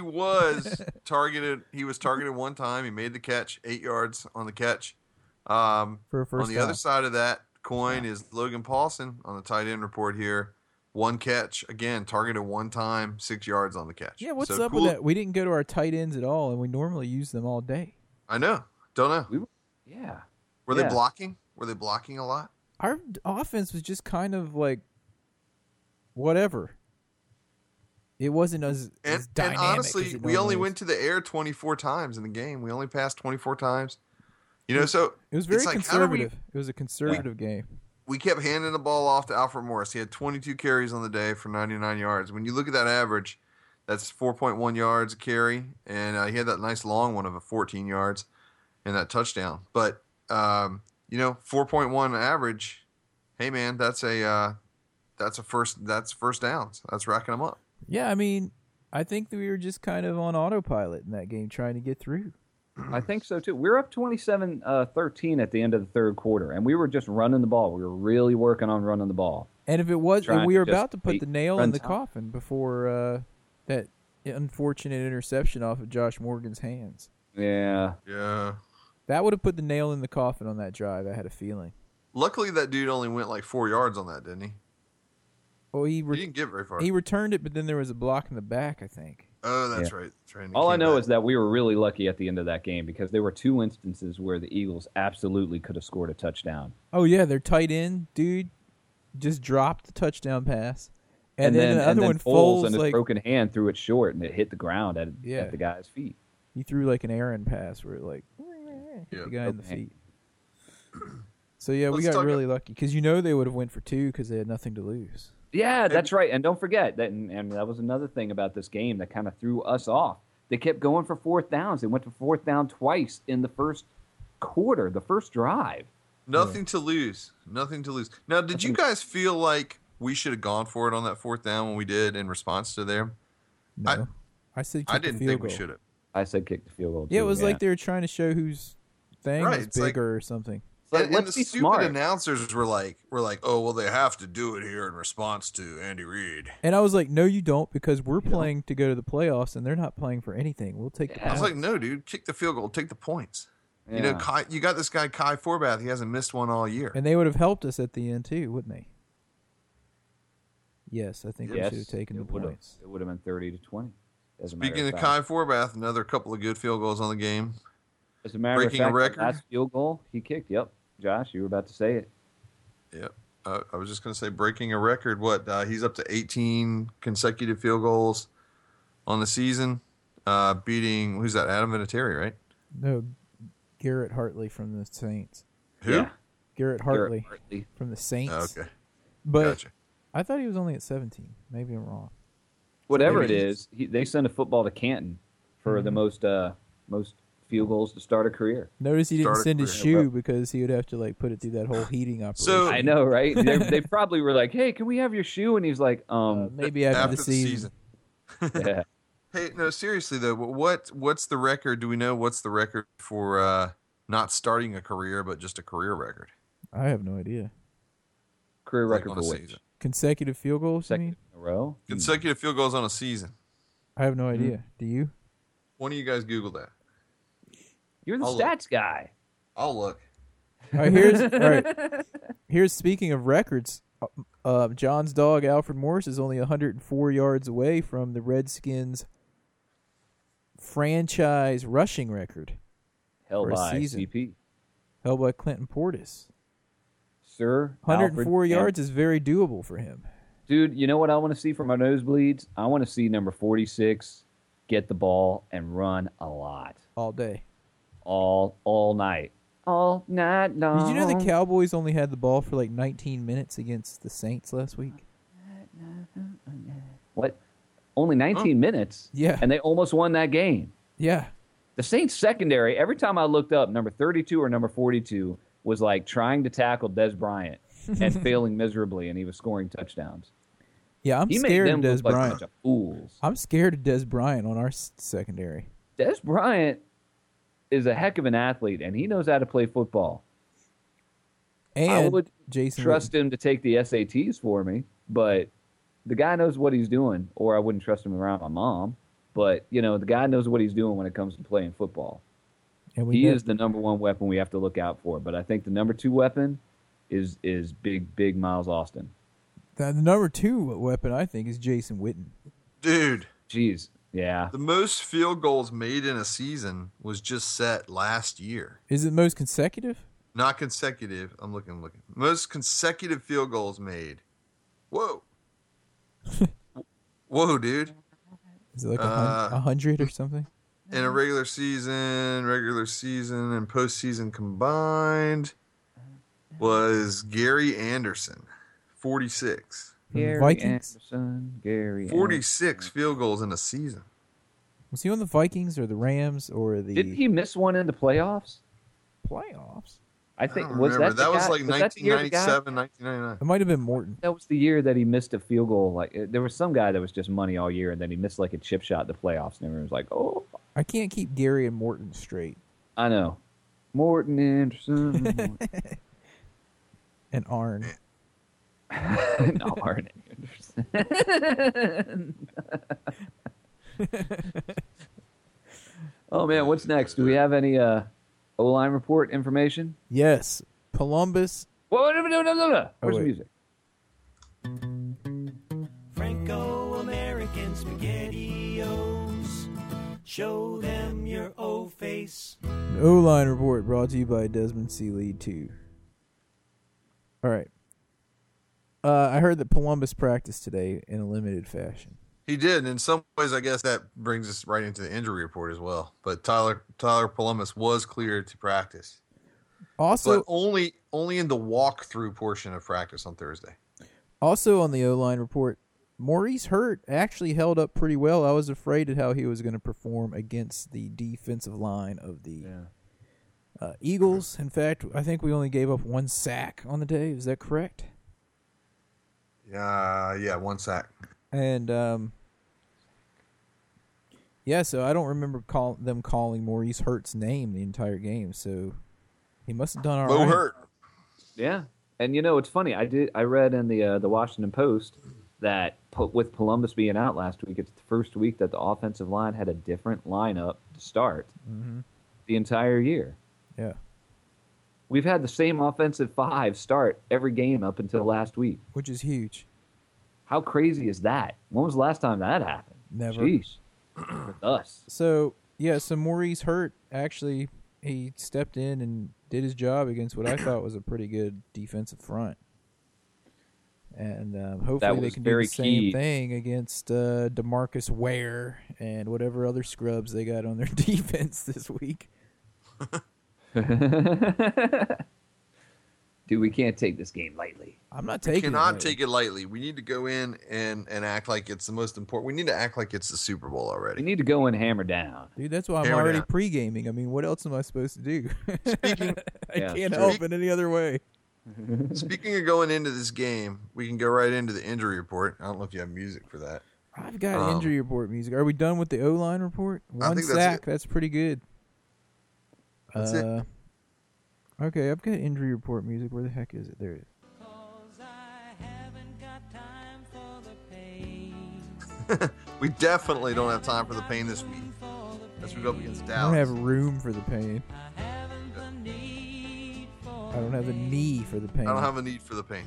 Speaker 2: was targeted. He was targeted one time. He made the catch, eight yards on the catch. Um,
Speaker 1: for a first
Speaker 2: on the
Speaker 1: down.
Speaker 2: other side of that coin is Logan Paulson on the tight end report here. One catch again, targeted one time, six yards on the catch.
Speaker 1: Yeah, what's
Speaker 2: So
Speaker 1: up
Speaker 2: cool-
Speaker 1: with that? We didn't go to our tight ends at all, and we normally use them all day.
Speaker 2: I know. Don't know.
Speaker 3: Yeah.
Speaker 2: Were
Speaker 3: Yeah.
Speaker 2: they blocking? Were they blocking a lot?
Speaker 1: Our d- offense was just kind of like whatever. It wasn't as,
Speaker 2: And,
Speaker 1: as
Speaker 2: and
Speaker 1: dynamic. as
Speaker 2: honestly,
Speaker 1: it
Speaker 2: we only
Speaker 1: normally
Speaker 2: went
Speaker 1: is.
Speaker 2: to the air 24 times in the game. We only passed 24 times. You know, so
Speaker 1: It was very
Speaker 2: it's like, how do we-
Speaker 1: conservative. it was a conservative game.
Speaker 2: we kept handing the ball off to Alfred Morris. He had 22 carries on the day for 99 yards. When you look at that average, that's 4.1 yards a carry, and uh, he had that nice long one of a 14 yards and that touchdown. But um, you know, 4.1 average. Hey man, that's a uh, that's a first that's first downs. That's racking them up.
Speaker 1: Yeah, I mean, I think that we were just kind of on autopilot in that game, trying to get through.
Speaker 3: I think so too. We were up 27 uh, 13 at the end of the third quarter, and we were just running the ball. We were really working on running the ball.
Speaker 1: And if it was, and
Speaker 3: Trying
Speaker 1: we
Speaker 3: to
Speaker 1: were
Speaker 3: just
Speaker 1: about to put
Speaker 3: beat
Speaker 1: the nail in the
Speaker 3: runtime.
Speaker 1: coffin before uh, that unfortunate interception off of Josh Morgan's hands. Mm-hmm.
Speaker 3: Yeah.
Speaker 2: Yeah.
Speaker 1: That would have put the nail in the coffin on that drive. I had a feeling.
Speaker 2: Luckily, that dude only went like four yards on that, didn't he?
Speaker 1: Oh, he re-
Speaker 2: He didn't get very far.
Speaker 1: he returned it, but then there was a block in the back. I think.
Speaker 2: oh, that's right. That's right. And he
Speaker 3: All I
Speaker 2: came
Speaker 3: know
Speaker 2: back.
Speaker 3: is that we were really lucky at the end of that game because there were two instances where the Eagles absolutely could have scored a touchdown.
Speaker 1: Oh yeah, their tight end dude just dropped the touchdown pass, and, then, the
Speaker 3: and
Speaker 1: other
Speaker 3: then
Speaker 1: one
Speaker 3: Foles
Speaker 1: Foles
Speaker 3: and his
Speaker 1: like
Speaker 3: broken hand threw it short and it hit the ground at,
Speaker 1: Yeah.
Speaker 3: at the guy's feet.
Speaker 1: he threw like an errand pass where it like hit
Speaker 2: Yeah.
Speaker 1: the guy in the
Speaker 3: Okay.
Speaker 1: feet. So yeah, we
Speaker 2: Let's
Speaker 1: got
Speaker 2: talk-
Speaker 1: really lucky because you know they would have went for two because they had nothing to lose.
Speaker 3: Yeah, that's right. And don't forget that, and, and that was another thing about this game that kind of threw us off. They kept going for fourth downs. They went to fourth down twice in the first quarter, the first drive.
Speaker 2: Nothing to lose. Nothing to lose. Now, did you guys feel like we should have gone for it on that fourth down when we did in response to them? I-
Speaker 1: No, I, said
Speaker 2: I
Speaker 1: kick the
Speaker 2: didn't
Speaker 1: field
Speaker 2: think we
Speaker 1: goal.
Speaker 2: should have.
Speaker 3: I said kick the field goal.
Speaker 1: Yeah, it
Speaker 3: too,
Speaker 1: was like they were trying to show whose thing
Speaker 2: Right,
Speaker 1: was
Speaker 2: it's like-
Speaker 1: bigger or something.
Speaker 3: Let-
Speaker 2: And, and
Speaker 3: let's
Speaker 2: the
Speaker 3: be
Speaker 2: stupid
Speaker 3: smart.
Speaker 2: announcers were like, "We're like, oh well, they have to do it here in response to Andy Reid."
Speaker 1: And I was like, no, you don't, because we're playing to go to the playoffs, and they're not playing for anything. We'll take the
Speaker 3: Yeah.
Speaker 2: I was
Speaker 1: points.
Speaker 2: like, "No, dude, kick the field goal, take the points." You know,
Speaker 3: Yeah.
Speaker 2: Kai, you got this guy Kai Forbath. He hasn't missed one all year.
Speaker 1: and they would have helped us at the end too, wouldn't they? Yes, I think we
Speaker 3: Yes,
Speaker 1: should have taken the
Speaker 3: it would've-
Speaker 1: points.
Speaker 3: It would have been thirty to twenty. As a matter
Speaker 2: Speaking of
Speaker 3: fact.
Speaker 2: Kai Forbath, another couple of good field goals on the game.
Speaker 3: as a matter
Speaker 2: breaking
Speaker 3: of
Speaker 2: a
Speaker 3: fact, the
Speaker 2: record?
Speaker 3: last field goal he kicked. Yep, Josh, you were about to say it.
Speaker 2: Yep. Uh, I was just going to say breaking a record. What? Uh, he's up to 18 consecutive field goals on the season, uh, beating, who's that? Adam Vinatieri, right?
Speaker 1: No, Garrett Hartley from the Saints.
Speaker 2: Who?
Speaker 3: Yeah,
Speaker 1: Garrett
Speaker 3: Garrett
Speaker 1: Hartley
Speaker 3: Hartley.
Speaker 1: from the Saints.
Speaker 2: Oh, okay.
Speaker 1: But
Speaker 2: Gotcha.
Speaker 1: I thought he was only at 17. Maybe I'm wrong.
Speaker 3: Whatever it
Speaker 2: Maybe.
Speaker 3: is, he, they send a football to Canton for
Speaker 1: Mm-hmm.
Speaker 3: the most uh, most field goals to start a career.
Speaker 1: Notice he didn't
Speaker 2: Started
Speaker 1: send his
Speaker 2: for-
Speaker 1: shoe because he would have to like put it through that whole heating operation.
Speaker 2: So-
Speaker 3: I know, right? they they probably were like, "Hey, can we have your shoe?" And he's like,
Speaker 1: Uh,
Speaker 3: "Um,
Speaker 1: maybe after, the season. Uh,
Speaker 3: yeah,
Speaker 2: Hey, no, seriously though, wh- what what's the record? Do we know what's the record for uh, not starting a career, but just a career record?
Speaker 1: I have no idea.
Speaker 3: career
Speaker 2: Like
Speaker 3: record
Speaker 2: on a
Speaker 3: for which
Speaker 2: season.
Speaker 1: Consecutive field goals. I
Speaker 3: second
Speaker 1: mean,
Speaker 3: in a row."
Speaker 1: Hmm.
Speaker 3: Hmm.
Speaker 2: Consecutive field goals on a season.
Speaker 1: I have no
Speaker 3: Mm-hmm.
Speaker 1: idea. Do you?
Speaker 2: One of you guys Google that.
Speaker 3: You're the
Speaker 2: I'll look.
Speaker 3: stats guy.
Speaker 2: I'll look.
Speaker 1: All right, here's all right. Here's speaking of records. uh, Uh, John's dog Alfred Morris is only 104 yards away from the Redskins' franchise rushing record,
Speaker 3: Held
Speaker 1: For a
Speaker 3: by
Speaker 1: season.
Speaker 3: CP.
Speaker 1: held by Clinton Portis.
Speaker 3: Sir,
Speaker 1: 104
Speaker 3: Alfred Canton.
Speaker 1: yards is very doable for him.
Speaker 3: Dude, you know what I want to see from our nosebleeds? I want to see number 46 get the ball and run a lot
Speaker 1: All day.
Speaker 3: all all night. All night long.
Speaker 1: Did you know the Cowboys only had the ball for like 19 minutes against the Saints last week?
Speaker 3: What? Only 19 minutes?
Speaker 1: Yeah.
Speaker 3: And they almost won that game.
Speaker 1: Yeah,
Speaker 3: The Saints secondary, every time I looked up, number 32 or number 42 was like trying to tackle Des Bryant and failing miserably and he was scoring touchdowns.
Speaker 1: yeah. I'm
Speaker 3: He made
Speaker 1: scared
Speaker 3: them
Speaker 1: of Des
Speaker 3: look like a
Speaker 1: Bryant.
Speaker 3: bunch of fools.
Speaker 1: I'm scared of Des Bryant on our s- secondary.
Speaker 3: Des Bryant is a heck of an athlete and he knows how to play football.
Speaker 1: And
Speaker 3: would
Speaker 1: Jason Witten.
Speaker 3: trust him to take the SATs for me, but the guy knows what he's doing, or I wouldn't trust him around my mom. But you know, the guy knows what he's doing when it comes to playing football.
Speaker 1: And we
Speaker 3: He
Speaker 1: know-
Speaker 3: is the number one weapon we have to look out for. But I think the number two weapon is is big big Miles Austin.
Speaker 1: the, the number two weapon I think is Jason Witten.
Speaker 2: Dude,
Speaker 3: Jeez, yeah,
Speaker 2: the most field goals made in a season was just set last year.
Speaker 1: Is it most consecutive?
Speaker 2: Not consecutive. I'm looking, I'm looking. Most consecutive field goals made. Whoa. Whoa, dude.
Speaker 1: Is it like a hun-
Speaker 2: Uh,
Speaker 1: a hundred or something?
Speaker 2: In a
Speaker 3: Mm-hmm.
Speaker 2: regular season, regular season, and postseason combined
Speaker 3: Mm-hmm.
Speaker 2: was Gary Anderson, 46.
Speaker 3: Gary
Speaker 1: Vikings?
Speaker 3: Anderson, Gary
Speaker 2: 46 field goals in a season.
Speaker 1: Was he on the Vikings or the Rams or the
Speaker 3: Anderson. Didn't he miss one in the playoffs?
Speaker 1: playoffs?
Speaker 3: I
Speaker 2: I
Speaker 3: think
Speaker 2: don't
Speaker 3: was
Speaker 2: remember.
Speaker 3: that the
Speaker 2: was
Speaker 3: guy-
Speaker 2: like
Speaker 3: that the year the guy-
Speaker 2: 1997, 1999.
Speaker 1: It might have been Morton.
Speaker 3: That was the year that he missed a field goal. Like uh, there was some guy that was just money all year, and then he missed like a chip shot in the playoffs, and everyone was like, "Oh,
Speaker 1: I can't keep Gary and Morton straight.
Speaker 3: I know." Morton Anderson,
Speaker 1: And Arn.
Speaker 3: no, Arn Anderson. oh man, what's next? Do we have any uh, O line report information? Oh,
Speaker 1: Yes. Columbus.
Speaker 3: Whoa, no, no, no, no, no. Where's the
Speaker 1: wait.
Speaker 3: music?
Speaker 6: Franco American SpaghettiOs. Show them your O face.
Speaker 1: O line report brought to you by Desmond C. Lee 2. All right. Uh, I heard that Columbus practiced today in a limited fashion.
Speaker 2: He did. And in some ways, I guess that brings us right into the injury report as well. But Tyler Tyler Palumas was cleared to practice,
Speaker 1: Also,
Speaker 2: but only only in the walkthrough portion of practice on Thursday.
Speaker 1: Also on the O line report, Maurice Hurt actually held up pretty well. I was afraid at how he was going to perform against the defensive line of the uh, Eagles. In fact, I think we only gave up one sack on the day. Is that correct?
Speaker 2: Yeah, yeah, one sack.
Speaker 1: And um, yeah, so I don't remember call- them calling Maurice Hurt's name the entire game. So he must have done all
Speaker 2: Bo
Speaker 1: right.
Speaker 2: Hurt.
Speaker 3: Yeah, and you know it's funny. I did. I read in the uh, the Washington Post that po- with Columbus being out last week, it's the first week that the offensive line had a different lineup to start the entire year.
Speaker 1: Yeah,
Speaker 3: We've had the same offensive five start every game up until last week.
Speaker 1: which is huge.
Speaker 3: How crazy is that? When was the last time that happened?
Speaker 1: Never.
Speaker 3: Jeez. With us.
Speaker 1: So yeah, so Maurice Hurt actually he stepped in and did his job against what I thought was a pretty good defensive front, and um, hopefully they
Speaker 3: was
Speaker 1: can do
Speaker 3: very
Speaker 1: the same
Speaker 3: key.
Speaker 1: thing against uh, Demarcus Ware and whatever other scrubs they got on their defense this week.
Speaker 3: Dude, we can't take this game lightly.
Speaker 1: I'm not
Speaker 2: We
Speaker 1: taking
Speaker 2: cannot
Speaker 1: it.
Speaker 2: take it lightly. We need to go in and and act like it's the most important. We need to act like it's the Super Bowl
Speaker 3: We
Speaker 2: already.
Speaker 3: need to go and hammer down.
Speaker 1: Dude, that's why I'm
Speaker 2: Hammer
Speaker 1: already
Speaker 2: down.
Speaker 1: pre gaming. I mean, what else am I supposed to do?
Speaker 2: Speaking-
Speaker 1: I
Speaker 3: Yeah,
Speaker 1: can't
Speaker 2: sure.
Speaker 1: help in any other way.
Speaker 2: Speaking of going into this game, we can go right into the injury report. I don't know if you have music for that.
Speaker 1: I've got
Speaker 2: Um,
Speaker 1: injury report music. Are we done with the O line report? One
Speaker 2: think that's
Speaker 1: sack.
Speaker 2: it.
Speaker 1: That's pretty good.
Speaker 2: That's it.
Speaker 1: uh, Okay, I've got injury report music. Where the heck is it? There it is.
Speaker 6: Cause I haven't got time for the pain.
Speaker 2: We definitely don't have time for the pain this week as we go up against
Speaker 1: I don't have
Speaker 2: Dallas.
Speaker 1: room for the pain.
Speaker 6: I haven't the need for
Speaker 1: I don't have the knee for the pain.
Speaker 2: I don't have a need for the pain.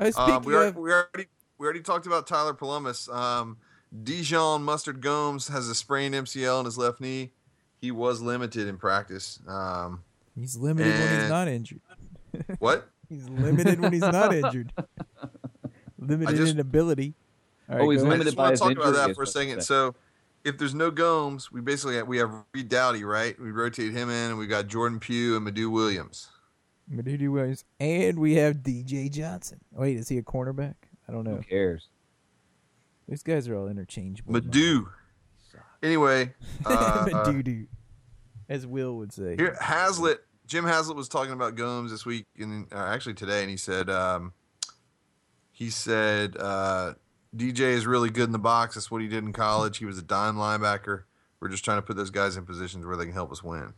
Speaker 1: Uh, speaking
Speaker 2: Um, we, are,
Speaker 1: of,
Speaker 2: we already we already talked about Tyler Palumas. Um, Dijon Mustard Gomes has a sprained MCL in his left knee. He was limited in practice. Um,
Speaker 1: he's limited when he's
Speaker 2: and-
Speaker 1: not injured.
Speaker 2: what?
Speaker 1: He's limited when he's not injured. Limited
Speaker 2: just-
Speaker 1: in ability. All right,
Speaker 3: Oh, he's
Speaker 1: go ahead.
Speaker 2: I
Speaker 3: limited
Speaker 2: just
Speaker 3: by
Speaker 2: want
Speaker 3: his
Speaker 2: to talk about
Speaker 3: injury
Speaker 2: that
Speaker 3: is
Speaker 2: for a
Speaker 3: what I'm
Speaker 2: second. So, if there's no Gomes, we basically have, we have Reed Dowdy, right? We rotate him in, and we got Jordan Pugh and Madu Williams.
Speaker 1: Medidi Williams, and we have DJ Johnson. Wait, is he a cornerback? I don't know.
Speaker 3: Who cares?
Speaker 1: These guys are all
Speaker 3: Oh
Speaker 1: interchangeable. in my
Speaker 2: Madu. Anyway, uh,
Speaker 1: Madoo-doo, as Will would say.
Speaker 2: Here, Hazlitt, Jim Hazlitt was talking about Gomes this week, and uh, actually today, and he said, um, he said uh, DJ is really good in the box. That's what he did in college. He was a dime linebacker. We're just trying to put those guys in positions where they can help us win.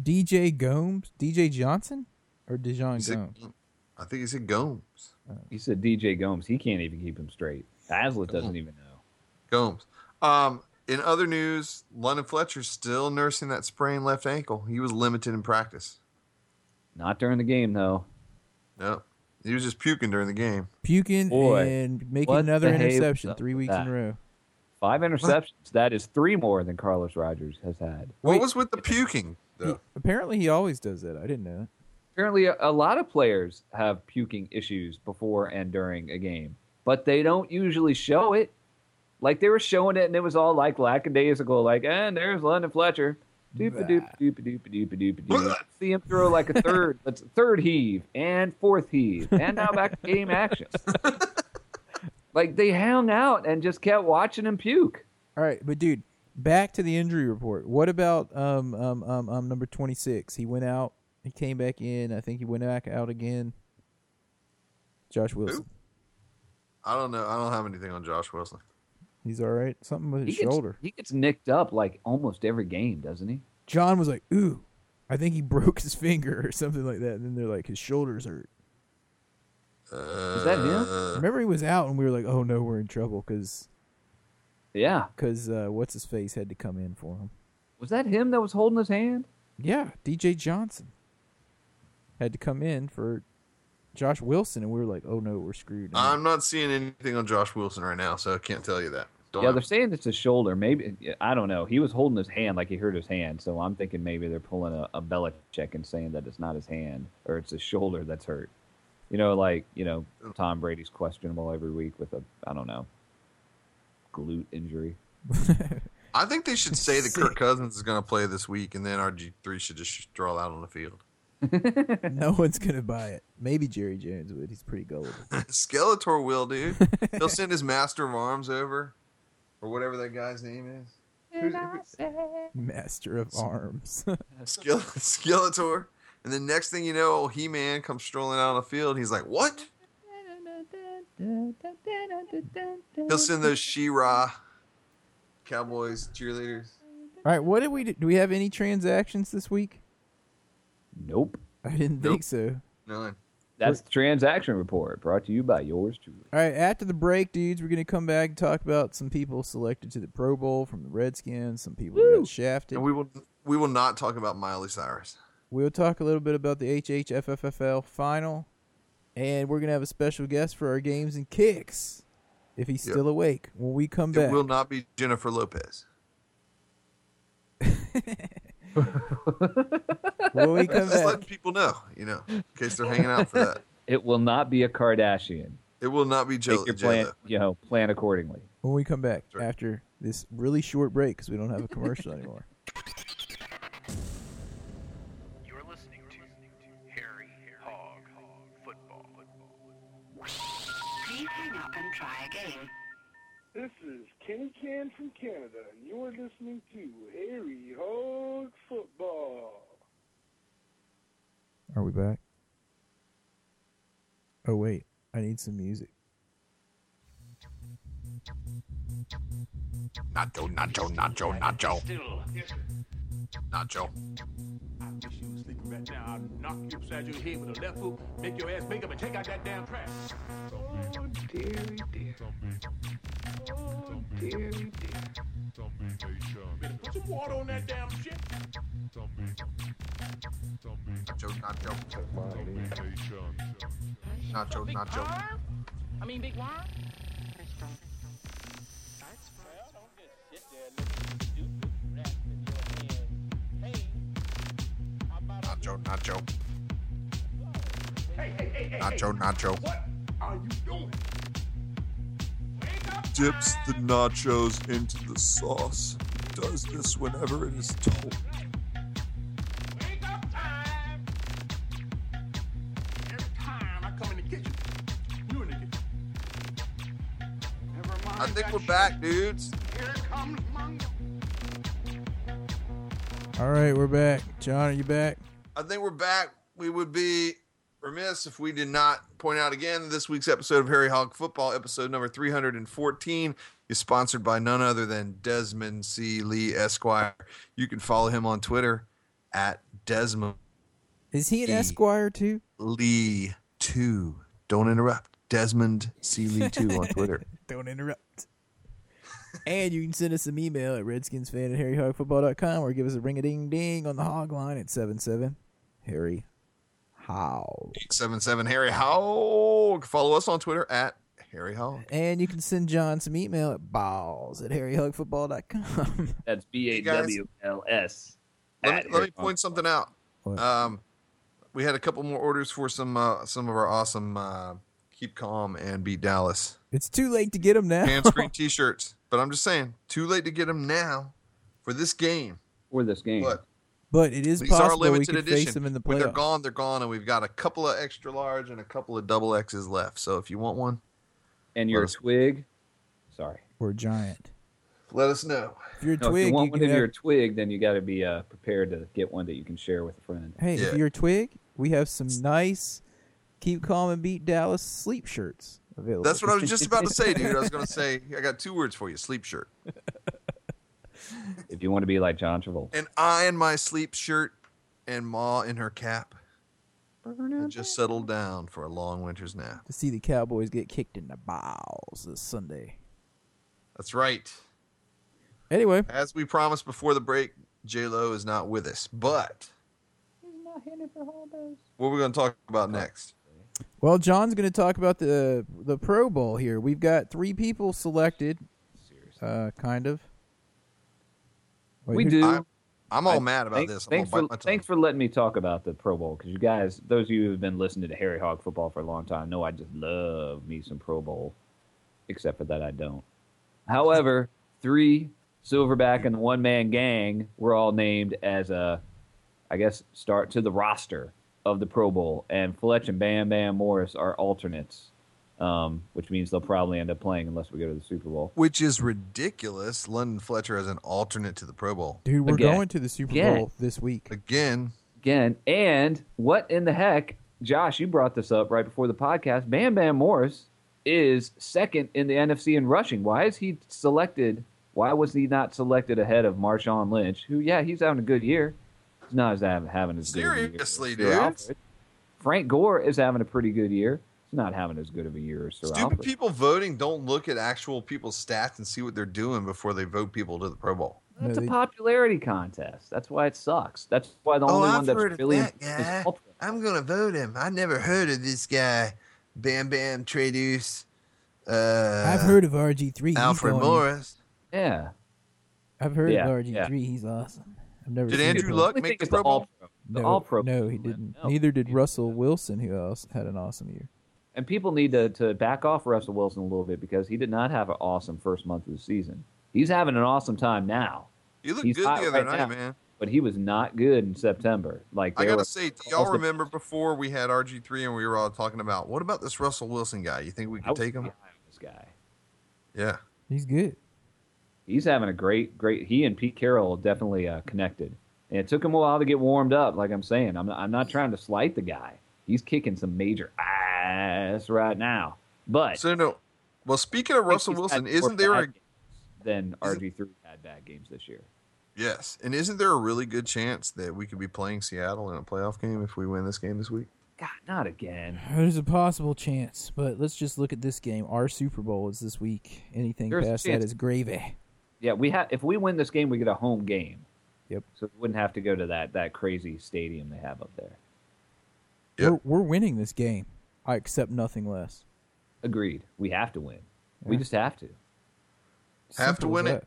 Speaker 1: DJ Gomes, DJ Johnson, or Dijon
Speaker 2: He said-
Speaker 1: Gomes.
Speaker 2: I think he said Gomes.
Speaker 3: He said DJ Gomes. He can't even keep him straight. Hazlitt doesn't even know.
Speaker 2: Gomes. Um, in other news, London Fletcher's still nursing that sprained left ankle. He was limited in practice.
Speaker 3: Not during the game though.
Speaker 2: No, he was just puking during the game.
Speaker 1: Puking
Speaker 3: Boy,
Speaker 1: and making
Speaker 3: what
Speaker 1: another
Speaker 3: the hay was
Speaker 1: interception
Speaker 3: up
Speaker 1: three
Speaker 3: with
Speaker 1: weeks in
Speaker 3: that?
Speaker 1: a row.
Speaker 3: Five interceptions. That is three more than Carlos Rogers has had.
Speaker 2: What
Speaker 1: Wait.
Speaker 2: was with the puking? Though?
Speaker 1: Apparently, he always does that. I didn't know.
Speaker 3: Apparently, a, a lot of players have puking issues before and during a game, but they don't usually show it. Like they were showing it, and it was all like lackadaisical, like, and there's London Fletcher. Doopa doop doop doop doop doop doop. See him throw like a third, that's a third heave and fourth heave, and now back to game action. like they hung out and just kept watching him puke.
Speaker 1: All right, but dude, back to the injury report. What about um um um, um number twenty six? He went out. He came back in. I think he went back out again. Josh Wilson.
Speaker 2: I don't know. I don't have anything on Josh Wilson.
Speaker 1: He's all right. Something with
Speaker 3: He
Speaker 1: his
Speaker 3: gets,
Speaker 1: shoulder.
Speaker 3: he gets nicked up like almost every game, doesn't he?
Speaker 1: John was like, "Ooh, I think he broke his finger or something like that." And then they're like, "His shoulders hurt."
Speaker 2: Uh,
Speaker 3: that him?
Speaker 1: Remember, he was out, and we were like, "Oh no, we're in trouble," because
Speaker 3: Yeah.
Speaker 1: because uh, what's his face had to come in for him.
Speaker 3: Was that him that was holding his hand?
Speaker 1: Yeah, DJ Johnson had to come in for Josh Wilson, and we were like, "Oh no, we're screwed." now."
Speaker 2: I'm not seeing anything on Josh Wilson right now, so I can't tell you that. Don't
Speaker 3: Yeah,
Speaker 2: have-
Speaker 3: they're saying it's his shoulder. Maybe I don't know. He was holding his hand like he hurt his hand, so I'm thinking maybe they're pulling a, a Belichick and saying that it's not his hand or it's his shoulder that's hurt. You know, like you know, Tom Brady's questionable every week with a I don't know glute injury.
Speaker 2: I think they should say that
Speaker 1: Sick.
Speaker 2: Kirk Cousins is going to play this week, and then RG3 should just stroll out on the field.
Speaker 1: no one's gonna buy it. Maybe Jerry Jones would. He's pretty gullible.
Speaker 2: Skeletor will, dude. He'll send his master of arms over, or whatever that guy's name is.
Speaker 1: Master of arms.
Speaker 2: Skele- Skeletor. And then next thing you know, old He Man comes strolling out on the field. He's like, "What?" He'll send those She-Ra Cowboys cheerleaders.
Speaker 1: All right, what did we do? Do we have any transactions this week?
Speaker 3: Nope.
Speaker 1: I didn't
Speaker 2: Nope.
Speaker 1: think so.
Speaker 2: None.
Speaker 3: That's the transaction report brought to you by yours truly.
Speaker 1: All right, after the break, dudes, we're gonna come back and talk about some people selected to the Pro Bowl from the Redskins, some people who got shafted.
Speaker 2: And we will we will not talk about Miley Cyrus.
Speaker 1: We'll talk a little bit about the HHFFFL final, and we're gonna have a special guest for our games and kicks, if he's
Speaker 2: Yep.
Speaker 1: still awake when we come
Speaker 2: It
Speaker 1: back.
Speaker 2: will not be Jennifer Lopez.
Speaker 1: when we come
Speaker 2: Just
Speaker 1: back,
Speaker 2: letting people know, you know, in case they're hanging out for that.
Speaker 3: It will not be a Kardashian.
Speaker 2: It will not be J-
Speaker 3: Take your plan, you know, plan accordingly.
Speaker 1: when we come back
Speaker 2: Sure.
Speaker 1: after this really short break because we don't have a commercial anymore.
Speaker 7: You're listening to Harry Hog Football.
Speaker 8: Please hang up and try again.
Speaker 4: This is Kenny Can from Canada, and you're listening to Harry Hog Football.
Speaker 1: Are we back? Oh wait, I need some music.
Speaker 2: Nacho, nacho, nacho, nacho,
Speaker 7: Still,
Speaker 2: nacho.
Speaker 7: I wish you were sleeping right now. I'll knock you upside your head with a left hook, make your ass wake up and take out that damn trash.
Speaker 4: Oh, dearie, dear. Oh, dearie, dear.
Speaker 7: Better put some water on that damn shit.
Speaker 2: Nacho, nacho, nacho,
Speaker 7: Big
Speaker 2: nacho.
Speaker 7: wire? I mean, big wire?
Speaker 2: Nacho, nacho. Nacho, nacho.
Speaker 7: What are you doing? Wake up!
Speaker 2: Dips the nachos into the sauce. Does this whenever it is told.
Speaker 7: Wake up time! Every time I come in the kitchen, you in the kitchen. Never mind
Speaker 2: I think
Speaker 7: that
Speaker 2: we're back, dudes.
Speaker 7: shit. Here comes Mongo.
Speaker 1: All right, we're back. John, are you back?
Speaker 2: I think we're back. We would be remiss if we did not point out again that this week's episode of Harry Hog Football, episode number 314, is sponsored by none other than Desmond C. Lee Esquire. You can follow him on Twitter at Desmond
Speaker 1: Is he an
Speaker 2: Yeah.
Speaker 1: Esquire too?
Speaker 2: Lee 2. Don't interrupt. Desmond C. Lee 2 on Twitter.
Speaker 1: Don't interrupt. And you can send us an email at redskinsfan at harryhogfootball.com or give us a ring a ding ding on the hog line at 77 Harry How.
Speaker 2: 877 Harry Hog. Follow us on Twitter at Harry Hog.
Speaker 1: And you can send John some email at balls at harryhugfootball.com.
Speaker 3: That's B A W L S.
Speaker 2: Let me,
Speaker 3: At
Speaker 2: let
Speaker 3: Harry
Speaker 2: me point something out.
Speaker 1: What?
Speaker 2: Um, we had a couple more orders for some uh, some of our awesome uh, Keep Calm and Beat Dallas
Speaker 1: it's too late to get them now.
Speaker 2: hand screen t shirts. But I'm just saying, too late to get them now for this game.
Speaker 3: for this game.
Speaker 2: But
Speaker 1: But it is
Speaker 2: these are
Speaker 1: possible we
Speaker 2: limited
Speaker 1: could
Speaker 2: edition.
Speaker 1: face them in the
Speaker 2: when they're
Speaker 1: playoffs.
Speaker 2: gone, they're gone, and we've got a couple of extra large and a couple of double X's left. So if you want one,
Speaker 3: and you're a
Speaker 2: Let's-
Speaker 3: twig. Sorry.
Speaker 1: Or giant.
Speaker 2: let us know.
Speaker 1: If you're a
Speaker 3: No,
Speaker 1: twig,
Speaker 3: if you want
Speaker 1: you
Speaker 3: one
Speaker 1: can
Speaker 3: and you're a
Speaker 1: have-
Speaker 3: twig, then you got to be uh, prepared to get one that you can share with a friend.
Speaker 1: hey, if
Speaker 2: Yeah.
Speaker 1: you're a twig, we have some nice keep calm and beat Dallas sleep shirts available.
Speaker 2: That's what I was just about to say, dude. I was going to say, I got two words for you sleep shirt.
Speaker 3: If you want to be like John Travolta,
Speaker 2: And I in my sleep shirt and Ma in her cap. And just settled down for a long winter's nap.
Speaker 1: to see the Cowboys get kicked in the balls this Sunday.
Speaker 2: That's right.
Speaker 1: Anyway,
Speaker 2: As we promised before the break, J Lo is not with us. But what we're going to talk about next?
Speaker 1: well, John's going to talk about the the Pro Bowl here. We've got three people selected, uh, kind of. Wait,
Speaker 3: we
Speaker 1: who-
Speaker 3: do.
Speaker 2: I'm, I'm all mad about
Speaker 3: Thank-
Speaker 2: this. I'm
Speaker 3: thanks,
Speaker 2: gonna bite
Speaker 3: for,
Speaker 2: my tongue.
Speaker 3: thanks for letting me talk about the Pro Bowl because you guys, those of you who have been listening to Harry Hog football for a long time, know I just love me some Pro Bowl, except for that I don't. However, three Silverback and the one man gang were all named as a, I guess, start to the roster of the Pro Bowl, and Fletch and Bam Bam Morris are alternates, um, which means they'll probably end up playing unless we go to the Super Bowl.
Speaker 2: Which is ridiculous. London Fletcher as an alternate to the Pro Bowl.
Speaker 1: Dude, we're
Speaker 3: Again.
Speaker 1: going to the Super
Speaker 3: Again.
Speaker 1: Bowl this week.
Speaker 2: Again,
Speaker 3: again. And what in the heck, Josh? You brought this up right before the podcast. Bam Bam Morris is second in the NFC in rushing. Why is he selected? Why was he not selected ahead of Marshawn Lynch? Who, yeah, he's having a good year. He's not as hav- having as good of a
Speaker 2: Seriously,
Speaker 3: year. as
Speaker 2: dude?
Speaker 3: Sir Alfred. Frank Gore is having a pretty good year. He's not having as good of a year as Sir
Speaker 2: stupid
Speaker 3: Alfred.
Speaker 2: people voting don't look at actual people's stats and see what they're doing before they vote people to the Pro Bowl.
Speaker 3: It's
Speaker 1: No,
Speaker 3: a
Speaker 1: they-
Speaker 3: popularity contest. That's why it sucks. That's why
Speaker 2: Oh,
Speaker 3: the only one that's really is Alfred.
Speaker 2: I'm gonna vote him. I never heard of this guy, Bam Bam Traduce. Uh,
Speaker 1: I've heard of RG3. He's
Speaker 2: Alfred
Speaker 1: going-
Speaker 2: Morris.
Speaker 3: Yeah.
Speaker 1: I've heard
Speaker 3: Yeah,
Speaker 1: of RG3. He's awesome. I've never
Speaker 2: Did
Speaker 1: seen
Speaker 2: Andrew
Speaker 1: him.
Speaker 2: Luck
Speaker 3: only
Speaker 2: make
Speaker 3: thing
Speaker 2: the
Speaker 3: is
Speaker 2: Pro Bowl?
Speaker 3: All-Pro. The
Speaker 1: No,
Speaker 3: All-Pro.
Speaker 1: No, he
Speaker 3: people, man.
Speaker 1: didn't.
Speaker 3: No.
Speaker 1: Neither did Russell Wilson, who else had an awesome year.
Speaker 3: And people need to, to back off Russell Wilson a little bit because he did not have an awesome first month of the season. He's having an awesome time now,
Speaker 2: You looked
Speaker 3: He's
Speaker 2: good the
Speaker 3: hot
Speaker 2: other
Speaker 3: right
Speaker 2: night,
Speaker 3: now.
Speaker 2: man.
Speaker 3: but he was not good in September. Like
Speaker 2: I
Speaker 3: there
Speaker 2: gotta
Speaker 3: was-
Speaker 2: say, do y'all remember before we had RG three and we were all talking about what about this Russell Wilson guy? You think we
Speaker 3: I
Speaker 2: could
Speaker 3: was
Speaker 2: take him?
Speaker 3: behind This guy.
Speaker 2: Yeah.
Speaker 1: He's good.
Speaker 3: He's having a great, great. He and Pete Carroll definitely uh, connected, and it took him a while to get warmed up. Like I'm saying, I'm not, I'm not trying to slight the guy. He's kicking some major ass right now. But
Speaker 2: So no. Well, speaking of
Speaker 3: I think
Speaker 2: Russell
Speaker 3: he's
Speaker 2: Wilson,
Speaker 3: had
Speaker 2: isn't
Speaker 3: more
Speaker 2: there
Speaker 3: bad
Speaker 2: a
Speaker 3: games than RG three had bad games this year?
Speaker 2: yes, and isn't there a really good chance that we could be playing Seattle in a playoff game if we win this game this week?
Speaker 3: God, not again.
Speaker 1: There's a possible chance, but let's just look at this game. Our Super Bowl is this week. Anything
Speaker 3: There's a
Speaker 1: past that
Speaker 3: chance.
Speaker 1: is gravy.
Speaker 3: Yeah, we have. If we win this game, we get a home game.
Speaker 1: Yep.
Speaker 3: So we wouldn't have to go to that that crazy stadium they have up there.
Speaker 2: Yep.
Speaker 1: We're, we're winning this game. I accept nothing less.
Speaker 3: Agreed. We have to win. We just have to.
Speaker 2: Have to
Speaker 1: Simple as
Speaker 2: win it.
Speaker 1: that.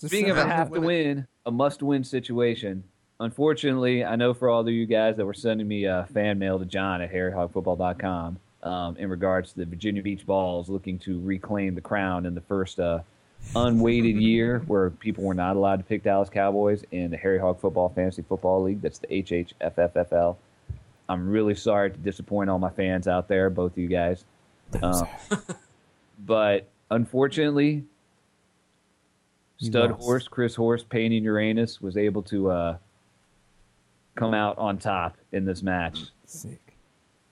Speaker 1: Just
Speaker 3: Speaking of a
Speaker 1: simple.
Speaker 2: have
Speaker 3: have
Speaker 2: to
Speaker 3: to win, a must win situation. Unfortunately, I know for all of you guys that were sending me uh, fan mail to John at harryhogfootball.com um, in regards to the Virginia Beach Balls looking to reclaim the crown in the first uh, unweighted year where people were not allowed to pick Dallas Cowboys in the Harry Hog Football Fantasy Football League. That's the HHFFFL. I'm really sorry to disappoint all my fans out there, both of you guys. Um, but unfortunately,
Speaker 1: You
Speaker 3: stud
Speaker 1: lost.
Speaker 3: horse Chris Horse painting Uranus was able to uh, come out on top in this match.
Speaker 1: Sick.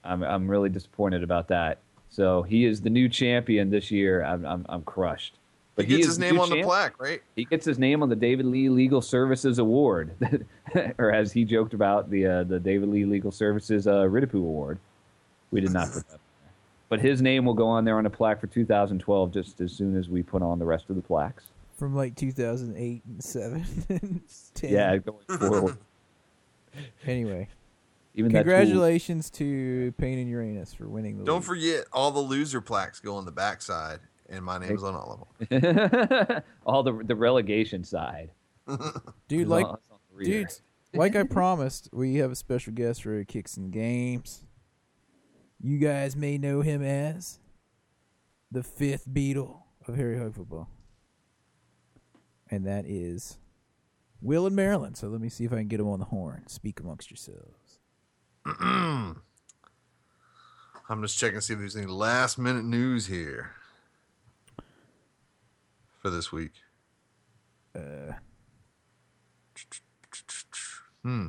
Speaker 3: I'm I'm really disappointed about that. So he is the new champion this year. I'm I'm, I'm crushed.
Speaker 2: he gets
Speaker 3: is
Speaker 2: his
Speaker 3: the
Speaker 2: name
Speaker 3: new
Speaker 2: on the
Speaker 3: champ.
Speaker 2: plaque, right?
Speaker 3: He gets his name on the David Lee Legal Services Award, or as he joked about the uh, the David Lee Legal Services uh, Ridipoo Award. We did not put that. on there. But his name will go on there on a plaque for 2012, just as soon as we put on the rest of the plaques.
Speaker 1: from like 2008 and 7 and 10.
Speaker 3: Yeah, going forward.
Speaker 1: Anyway,
Speaker 3: Even that tool-
Speaker 1: congratulations to Pain and Uranus for winning the
Speaker 2: Don't
Speaker 1: league.
Speaker 2: forget all the loser plaques go on the backside, and my name's on all of them.
Speaker 3: all the the relegation side.
Speaker 1: Dude,
Speaker 3: is
Speaker 1: like
Speaker 3: on- is on the reader.
Speaker 1: dudes, like I promised, we have a special guest for Kicks and Games. You guys may know him as the fifth Beatle of Harry Hog Football. And that is Will and Maryland. So let me see if I can get him on the horn. Speak amongst yourselves.
Speaker 2: I'm just checking to see if there's any last minute news here for this week. Uh, hmm.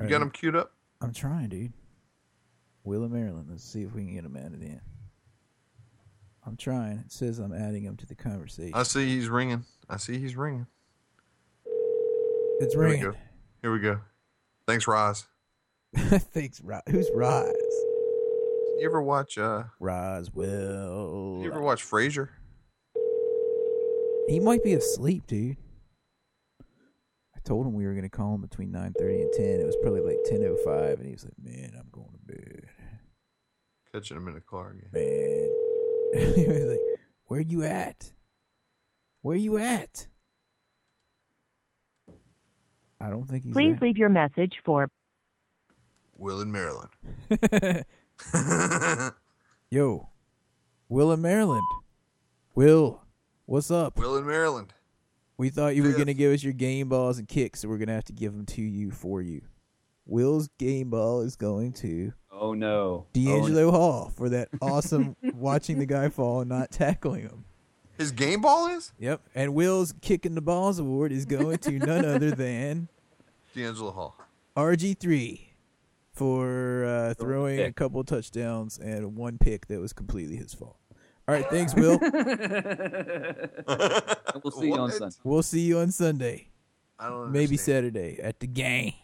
Speaker 2: You got them queued up?
Speaker 1: I'm trying, dude. Will and Maryland. Let's see if we can get him added in. I'm trying. It says I'm adding him to the conversation.
Speaker 2: I see he's ringing. I see he's ringing.
Speaker 1: it's
Speaker 2: Here we
Speaker 1: ringing.
Speaker 2: go. Here we go. Thanks, Roz.
Speaker 1: Thanks, Ri- Who's Rise?
Speaker 2: You ever watch? uh
Speaker 1: Roswell.
Speaker 2: You ever watch Frasier?
Speaker 1: He might be asleep, dude. I told him we were gonna call him between nine thirty and ten. It was probably like ten oh five, and he was like, "Man, I'm going to bed."
Speaker 2: Catching him in the car again.
Speaker 1: Man, he was like, "Where you at? Where you at?" I don't think he's.
Speaker 9: Please
Speaker 1: there.
Speaker 9: leave your message for
Speaker 2: Will in Maryland.
Speaker 1: Yo, Will in Maryland. Will, what's up?
Speaker 2: Will in Maryland.
Speaker 1: We thought you were
Speaker 2: Fifth.
Speaker 1: going to give us your game balls and kicks, so we're going to have to give them to you for you. Will's game ball is going to
Speaker 3: Oh no,
Speaker 1: D'Angelo Hall for that awesome watching the guy fall and not tackling him.
Speaker 2: His game ball is
Speaker 1: Yep. And Will's kicking the balls award is going to none other than
Speaker 2: D'Angelo Hall.
Speaker 1: RG3 for uh, throwing a
Speaker 3: pick.
Speaker 1: couple touchdowns and one pick that was completely his fault. All right. Thanks, Will.
Speaker 3: Oh, no. we'll see you on
Speaker 2: What?
Speaker 3: Sunday.
Speaker 1: we'll see you on Sunday,
Speaker 2: I don't understand.
Speaker 1: maybe Saturday at the game.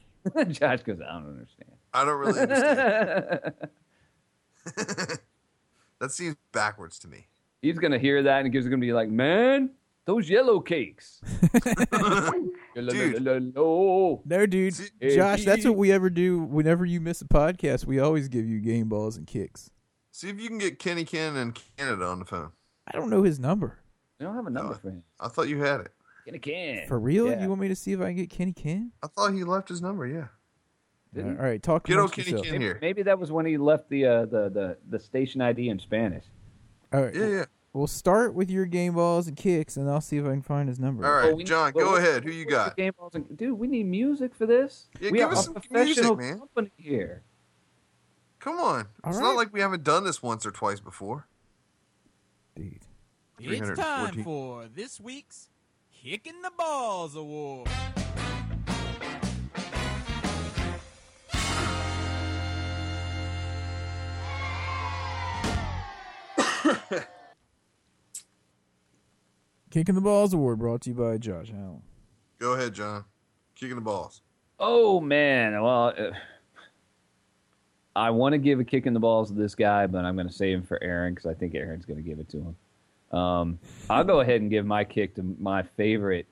Speaker 3: Josh goes, I don't understand.
Speaker 2: I don't really understand. that seems backwards to me.
Speaker 3: He's gonna hear that and he's gonna be like, man, those yellow cakes.
Speaker 2: Dude.
Speaker 3: Yellow.
Speaker 1: No, dude.
Speaker 2: See-
Speaker 1: Josh, that's what we ever do. Whenever you miss a podcast, we always give you game balls and kicks.
Speaker 2: See if you can get Kenny Cannon and Canada on the phone.
Speaker 1: I don't know his number.
Speaker 3: I don't have a
Speaker 2: Oh.
Speaker 3: number for him.
Speaker 2: I thought you had it.
Speaker 3: Get a can.
Speaker 1: For real?
Speaker 3: Yeah.
Speaker 1: You want me to see if I can get Kenny Ken?
Speaker 2: I thought he left his number. Yeah.
Speaker 1: All
Speaker 3: Didn't-
Speaker 1: right, talk
Speaker 2: Get old
Speaker 1: amongst
Speaker 2: Kenny
Speaker 1: yourself.
Speaker 2: Cannon here.
Speaker 3: Maybe that was when he left the, uh, the the the station ID in Spanish.
Speaker 1: All right,
Speaker 2: Yeah, yeah.
Speaker 1: we'll start with your game balls and kicks, and I'll see if I can find his number.
Speaker 2: All
Speaker 3: Oh,
Speaker 2: right,
Speaker 3: we-
Speaker 2: John,
Speaker 3: well,
Speaker 2: go
Speaker 3: what-
Speaker 2: ahead. Who you
Speaker 3: what's the
Speaker 2: got?
Speaker 3: Game balls and, dude, we need music for this.
Speaker 2: Yeah,
Speaker 3: we
Speaker 2: give
Speaker 3: are
Speaker 2: us
Speaker 3: a
Speaker 2: some music,
Speaker 3: professional
Speaker 2: man.
Speaker 3: company here.
Speaker 2: Come on.
Speaker 1: All
Speaker 2: it's
Speaker 1: right.
Speaker 2: not like we haven't done this once or twice before.
Speaker 1: Dude.
Speaker 5: It's time
Speaker 2: 314.
Speaker 5: for this week's Kicking the Balls Award.
Speaker 1: Kicking the Balls Award brought to you by Josh Allen.
Speaker 2: Go ahead, John. Kicking the balls.
Speaker 3: Oh man, well, uh, I want to give a kick in the balls to this guy, but I'm going to save him for Aaron because I think Aaron's going to give it to him. Um, I'll go ahead and give my kick to my favorite,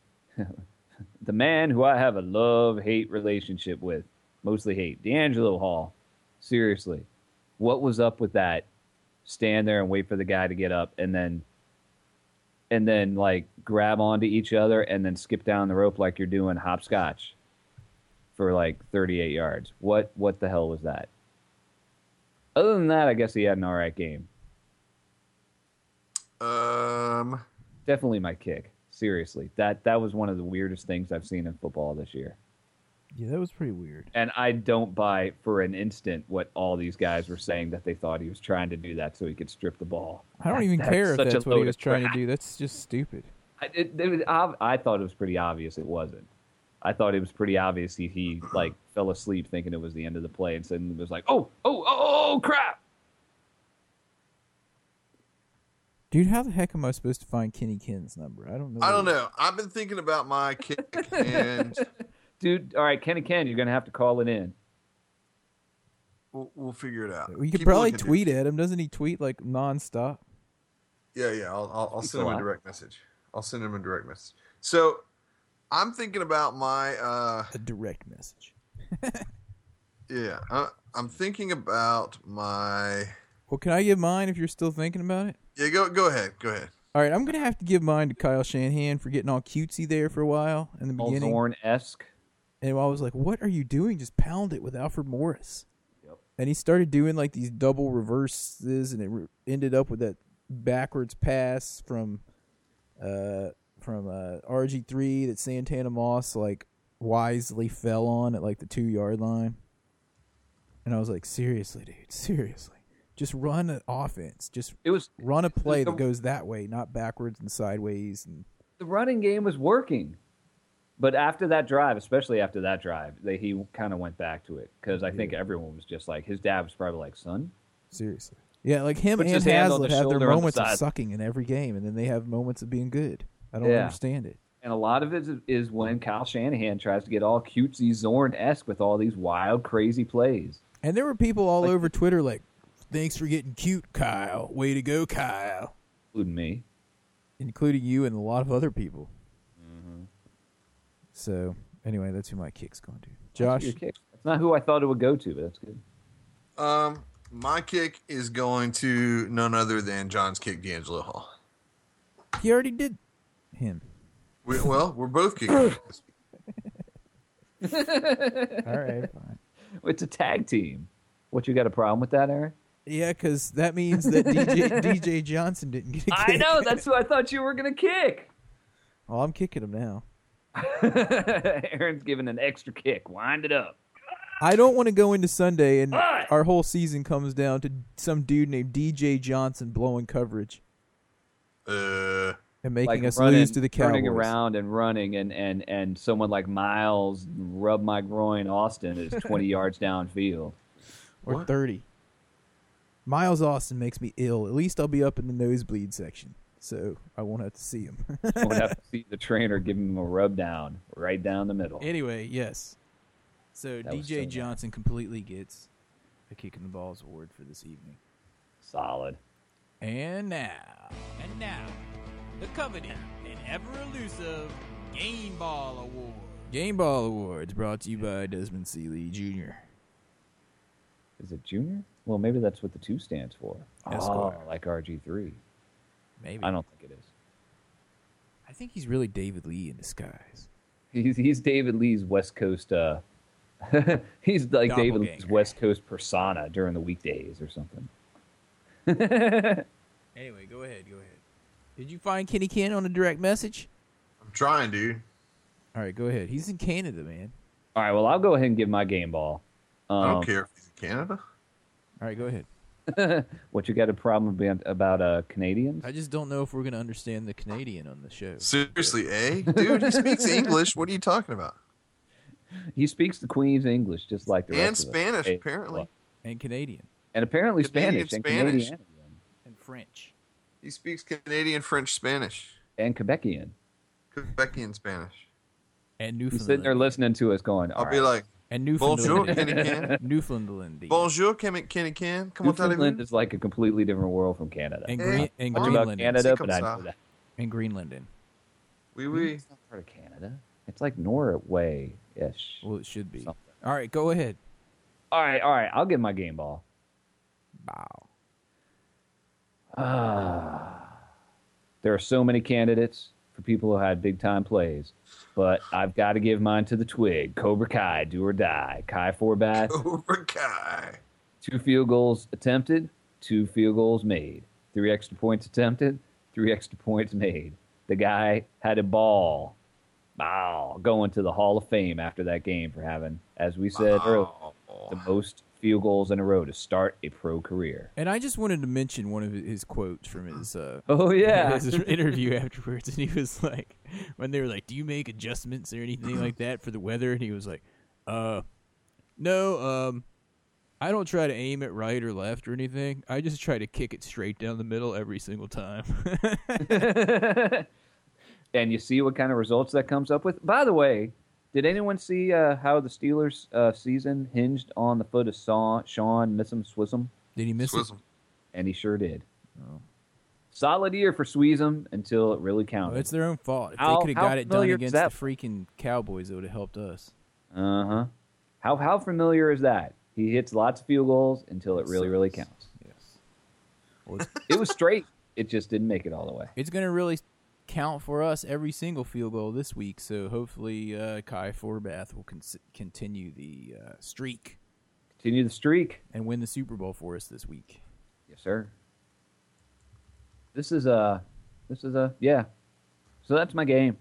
Speaker 3: the man who I have a love-hate relationship with, mostly hate, D'Angelo Hall. Seriously, what was up with that? Stand there and wait for the guy to get up, and then, and then like grab onto each other, and then skip down the rope like you're doing hopscotch for like 38 yards. What what the hell was that? Other than that, I guess he had an all right game.
Speaker 2: Um,
Speaker 3: Definitely my kick. Seriously, that that was one of the weirdest things I've seen in football this year.
Speaker 1: Yeah, that was pretty weird.
Speaker 3: And I don't buy for an instant what all these guys were saying that they thought he was trying to do that so he could strip the ball.
Speaker 1: I don't even
Speaker 3: That's
Speaker 1: care if
Speaker 3: such a
Speaker 1: that's what he
Speaker 3: load
Speaker 1: was
Speaker 3: of
Speaker 1: trying to
Speaker 3: crap.
Speaker 1: do. That's just stupid.
Speaker 3: I, it, it was, ob- I thought it was pretty obvious it wasn't. I thought it was pretty obvious he, he like fell asleep thinking it was the end of the play and suddenly was like, oh, oh, oh, oh, crap.
Speaker 1: Dude, how the heck am I supposed to find Kenny Ken's number? I don't know.
Speaker 2: I don't know. I've been thinking about my kick, and
Speaker 3: Dude, all right, Kenny Ken, you're going to have to call it in.
Speaker 2: we'll, we'll figure it out.
Speaker 1: We could
Speaker 2: Keep
Speaker 1: probably
Speaker 2: looking, dude.
Speaker 1: tweet at him. Doesn't he tweet like nonstop?
Speaker 2: Yeah, yeah. I'll, I'll, I'll send him a
Speaker 3: lot.
Speaker 2: direct message. I'll send him a direct message. So I'm thinking about my uh
Speaker 1: A direct message.
Speaker 2: yeah, I, I'm thinking about my
Speaker 1: Well, can I give mine if you're still thinking about it?
Speaker 2: Yeah, go go ahead. Go ahead.
Speaker 1: All right, I'm gonna have to give mine to Kyle Shanahan for getting all cutesy there for a while in the
Speaker 3: All
Speaker 1: beginning.
Speaker 3: Zorn esque.
Speaker 1: And I was like, "What are you doing? Just pound it with Alfred Morris."
Speaker 3: Yep.
Speaker 1: And he started doing like these double reverses, and it re- ended up with that backwards pass from, uh, from uh, RG three that Santana Moss like wisely fell on at like the two yard line. And I was like, "Seriously, dude, seriously, just run an offense, just
Speaker 3: It was
Speaker 1: run a play
Speaker 3: the-
Speaker 1: that goes that way, not backwards and sideways." And
Speaker 3: the running game was working. But after that drive, especially after that drive, they, he kind of went back to it because I think everyone was just like, his dad was probably like, son,
Speaker 1: Seriously. Yeah, like him
Speaker 3: Puts
Speaker 1: and
Speaker 3: his hand on
Speaker 1: Hazlitt
Speaker 3: the
Speaker 1: have their
Speaker 3: shoulder on the
Speaker 1: moments of
Speaker 3: side.
Speaker 1: sucking in every game, and then they have moments of being good. I don't
Speaker 3: Yeah.
Speaker 1: understand it.
Speaker 3: And a lot of it is- is when Kyle Shanahan tries to get all cutesy Zorn esque with all these wild, crazy plays.
Speaker 1: And there were people all
Speaker 3: Like-
Speaker 1: over Twitter like, "Thanks for getting cute, Kyle. Way to go, Kyle,"
Speaker 3: Including me.
Speaker 1: including you and a lot of other people.
Speaker 3: Mm-hmm.
Speaker 1: So anyway, that's who my kick's going to. Josh,
Speaker 3: Your kick. That's not who I thought it would go to, but that's good.
Speaker 2: Um, my kick is going to none other than John's kick, D'Angelo Hall.
Speaker 1: he already did him.
Speaker 2: We, well, we're both kicking.
Speaker 1: all right, fine.
Speaker 3: It's a tag team. What, you got a problem with that, Aaron?
Speaker 1: Yeah, because that means that DJ, DJ Johnson didn't get a kick.
Speaker 3: I know. That's who I thought you were going to kick.
Speaker 1: Well, Oh, I'm kicking him now.
Speaker 3: Aaron's giving an extra kick. Wind it up.
Speaker 1: I don't want to go into Sunday and our whole season comes down to some dude named DJ Johnson blowing coverage
Speaker 2: uh,
Speaker 1: and making
Speaker 3: like
Speaker 1: us
Speaker 3: running,
Speaker 1: lose to the Cowboys.
Speaker 3: Turning around and running, and, and, and someone like Miles, rub my groin, Austin, is 20 yards downfield.
Speaker 1: or 30. Miles Austin makes me ill. At least I'll be up in the nosebleed section, so I won't have to see him.
Speaker 3: I would have to see the trainer give him a rub down right down the middle.
Speaker 1: anyway, yes. So
Speaker 3: That was DJ so bad. Johnson
Speaker 1: completely gets a kick in the balls award for this evening.
Speaker 3: Solid.
Speaker 1: And now,
Speaker 6: And now, the coveted and ever elusive Game Ball Award.
Speaker 1: Game Ball Awards brought to you by Desmond Seeley Jr.
Speaker 3: Is it junior? Well, maybe that's what the two stands for.
Speaker 1: Esquire.
Speaker 3: Oh, like RG3.
Speaker 1: Maybe
Speaker 3: I don't think it is.
Speaker 1: I think he's really David Lee in disguise.
Speaker 3: He's, he's David Lee's West Coast. Uh, he's like David Lee's
Speaker 1: Doppelganger.
Speaker 3: West Coast persona during the weekdays or something.
Speaker 1: Anyway, go ahead. Go ahead. Did you find Kenny Ken on a direct message?
Speaker 2: I'm trying, dude.
Speaker 1: All right, go ahead. He's in Canada, man.
Speaker 3: All right, well, I'll go ahead and give my game ball. Um,
Speaker 2: I don't care if he's in Canada.
Speaker 1: All right, go ahead.
Speaker 3: What you got a problem about, about uh, Canadians?
Speaker 1: I just don't know if we're going to understand the Canadian on the show.
Speaker 2: Seriously, eh? Dude, he speaks English. What are you talking about?
Speaker 3: He speaks the Queen's English just like the
Speaker 2: And
Speaker 3: rest of us.
Speaker 2: Spanish,
Speaker 3: Hey,
Speaker 2: apparently.
Speaker 1: And Canadian.
Speaker 3: And apparently
Speaker 2: Canadian
Speaker 3: Spanish and
Speaker 2: Spanish.
Speaker 3: Canadian
Speaker 1: And French.
Speaker 2: He speaks Canadian, French, Spanish,
Speaker 3: and Quebecian.
Speaker 2: Quebecian Spanish.
Speaker 1: And
Speaker 3: He's sitting
Speaker 1: Newfoundland.
Speaker 3: there listening to us going, "All
Speaker 2: I'll be
Speaker 3: right,
Speaker 2: like,
Speaker 1: and
Speaker 2: Bonjour,
Speaker 1: Newfoundland.
Speaker 2: Kenny Can.
Speaker 1: Newfoundland.
Speaker 2: Bonjour, Kenny Kenny Can. Come on,
Speaker 3: Newfoundland
Speaker 2: Taddy.
Speaker 3: is like a completely different world from Canada.
Speaker 1: And,
Speaker 2: Eh,
Speaker 1: Green, and
Speaker 3: Much about
Speaker 1: Greenland.
Speaker 3: Canada,
Speaker 2: Sick
Speaker 3: but
Speaker 2: of
Speaker 3: I know
Speaker 2: sa-
Speaker 3: that.
Speaker 1: And Greenland.
Speaker 2: Wee wee.
Speaker 3: It's not part of Canada. It's like Norway ish.
Speaker 1: Well, it should be.
Speaker 3: Something.
Speaker 1: All right, go ahead.
Speaker 3: All right, all right. I'll get my game ball.
Speaker 1: Wow.
Speaker 3: Ah. There are so many candidates for people who had big time plays, but I've got to give mine to the twig. Cobra Kai, do or die. Kai Forbath,
Speaker 2: Cobra Kai.
Speaker 3: two field goals attempted, two field goals made, three extra points attempted, three extra points made. The guy had a ball. Wow, going to the Hall of Fame after that game for having, as we said earlier,
Speaker 2: Oh,
Speaker 3: the most field goals in a row to start a pro career.
Speaker 1: And I just wanted to mention one of his quotes from his uh,
Speaker 3: Oh yeah,
Speaker 1: his interview afterwards, and he was like, when they were like, "Do you make adjustments or anything like that for the weather?" And he was like, "Uh, no. Um, I don't try to aim it right or left or anything. I just try to kick it straight down the middle every single time."
Speaker 3: and you see what kind of results that comes up with. By the way, did anyone see uh, how the Steelers' uh, season hinged on the foot of Sa- Sean Missum Swissom?
Speaker 1: Did he miss
Speaker 2: Swizzle.
Speaker 3: And he sure did. Oh. solid year for Sweezum until it really
Speaker 1: Oh,
Speaker 3: counted.
Speaker 1: it's their own fault. If
Speaker 3: How-
Speaker 1: they could have
Speaker 3: how
Speaker 1: got it done
Speaker 3: familiar is
Speaker 1: against the
Speaker 3: that?
Speaker 1: freaking Cowboys, it would have helped us.
Speaker 3: Uh huh. How how familiar is that? He hits lots of field goals until it really really counts.
Speaker 1: Yes.
Speaker 3: It was straight. It just didn't make it all the way.
Speaker 1: It's going to really count for us every single field goal this week. So hopefully, uh, Kai Forbath will con- continue the uh, streak
Speaker 3: Continue the streak.
Speaker 1: and win the Super Bowl for us this week.
Speaker 3: Yes, sir. This is a, this is a, yeah. So that's my game.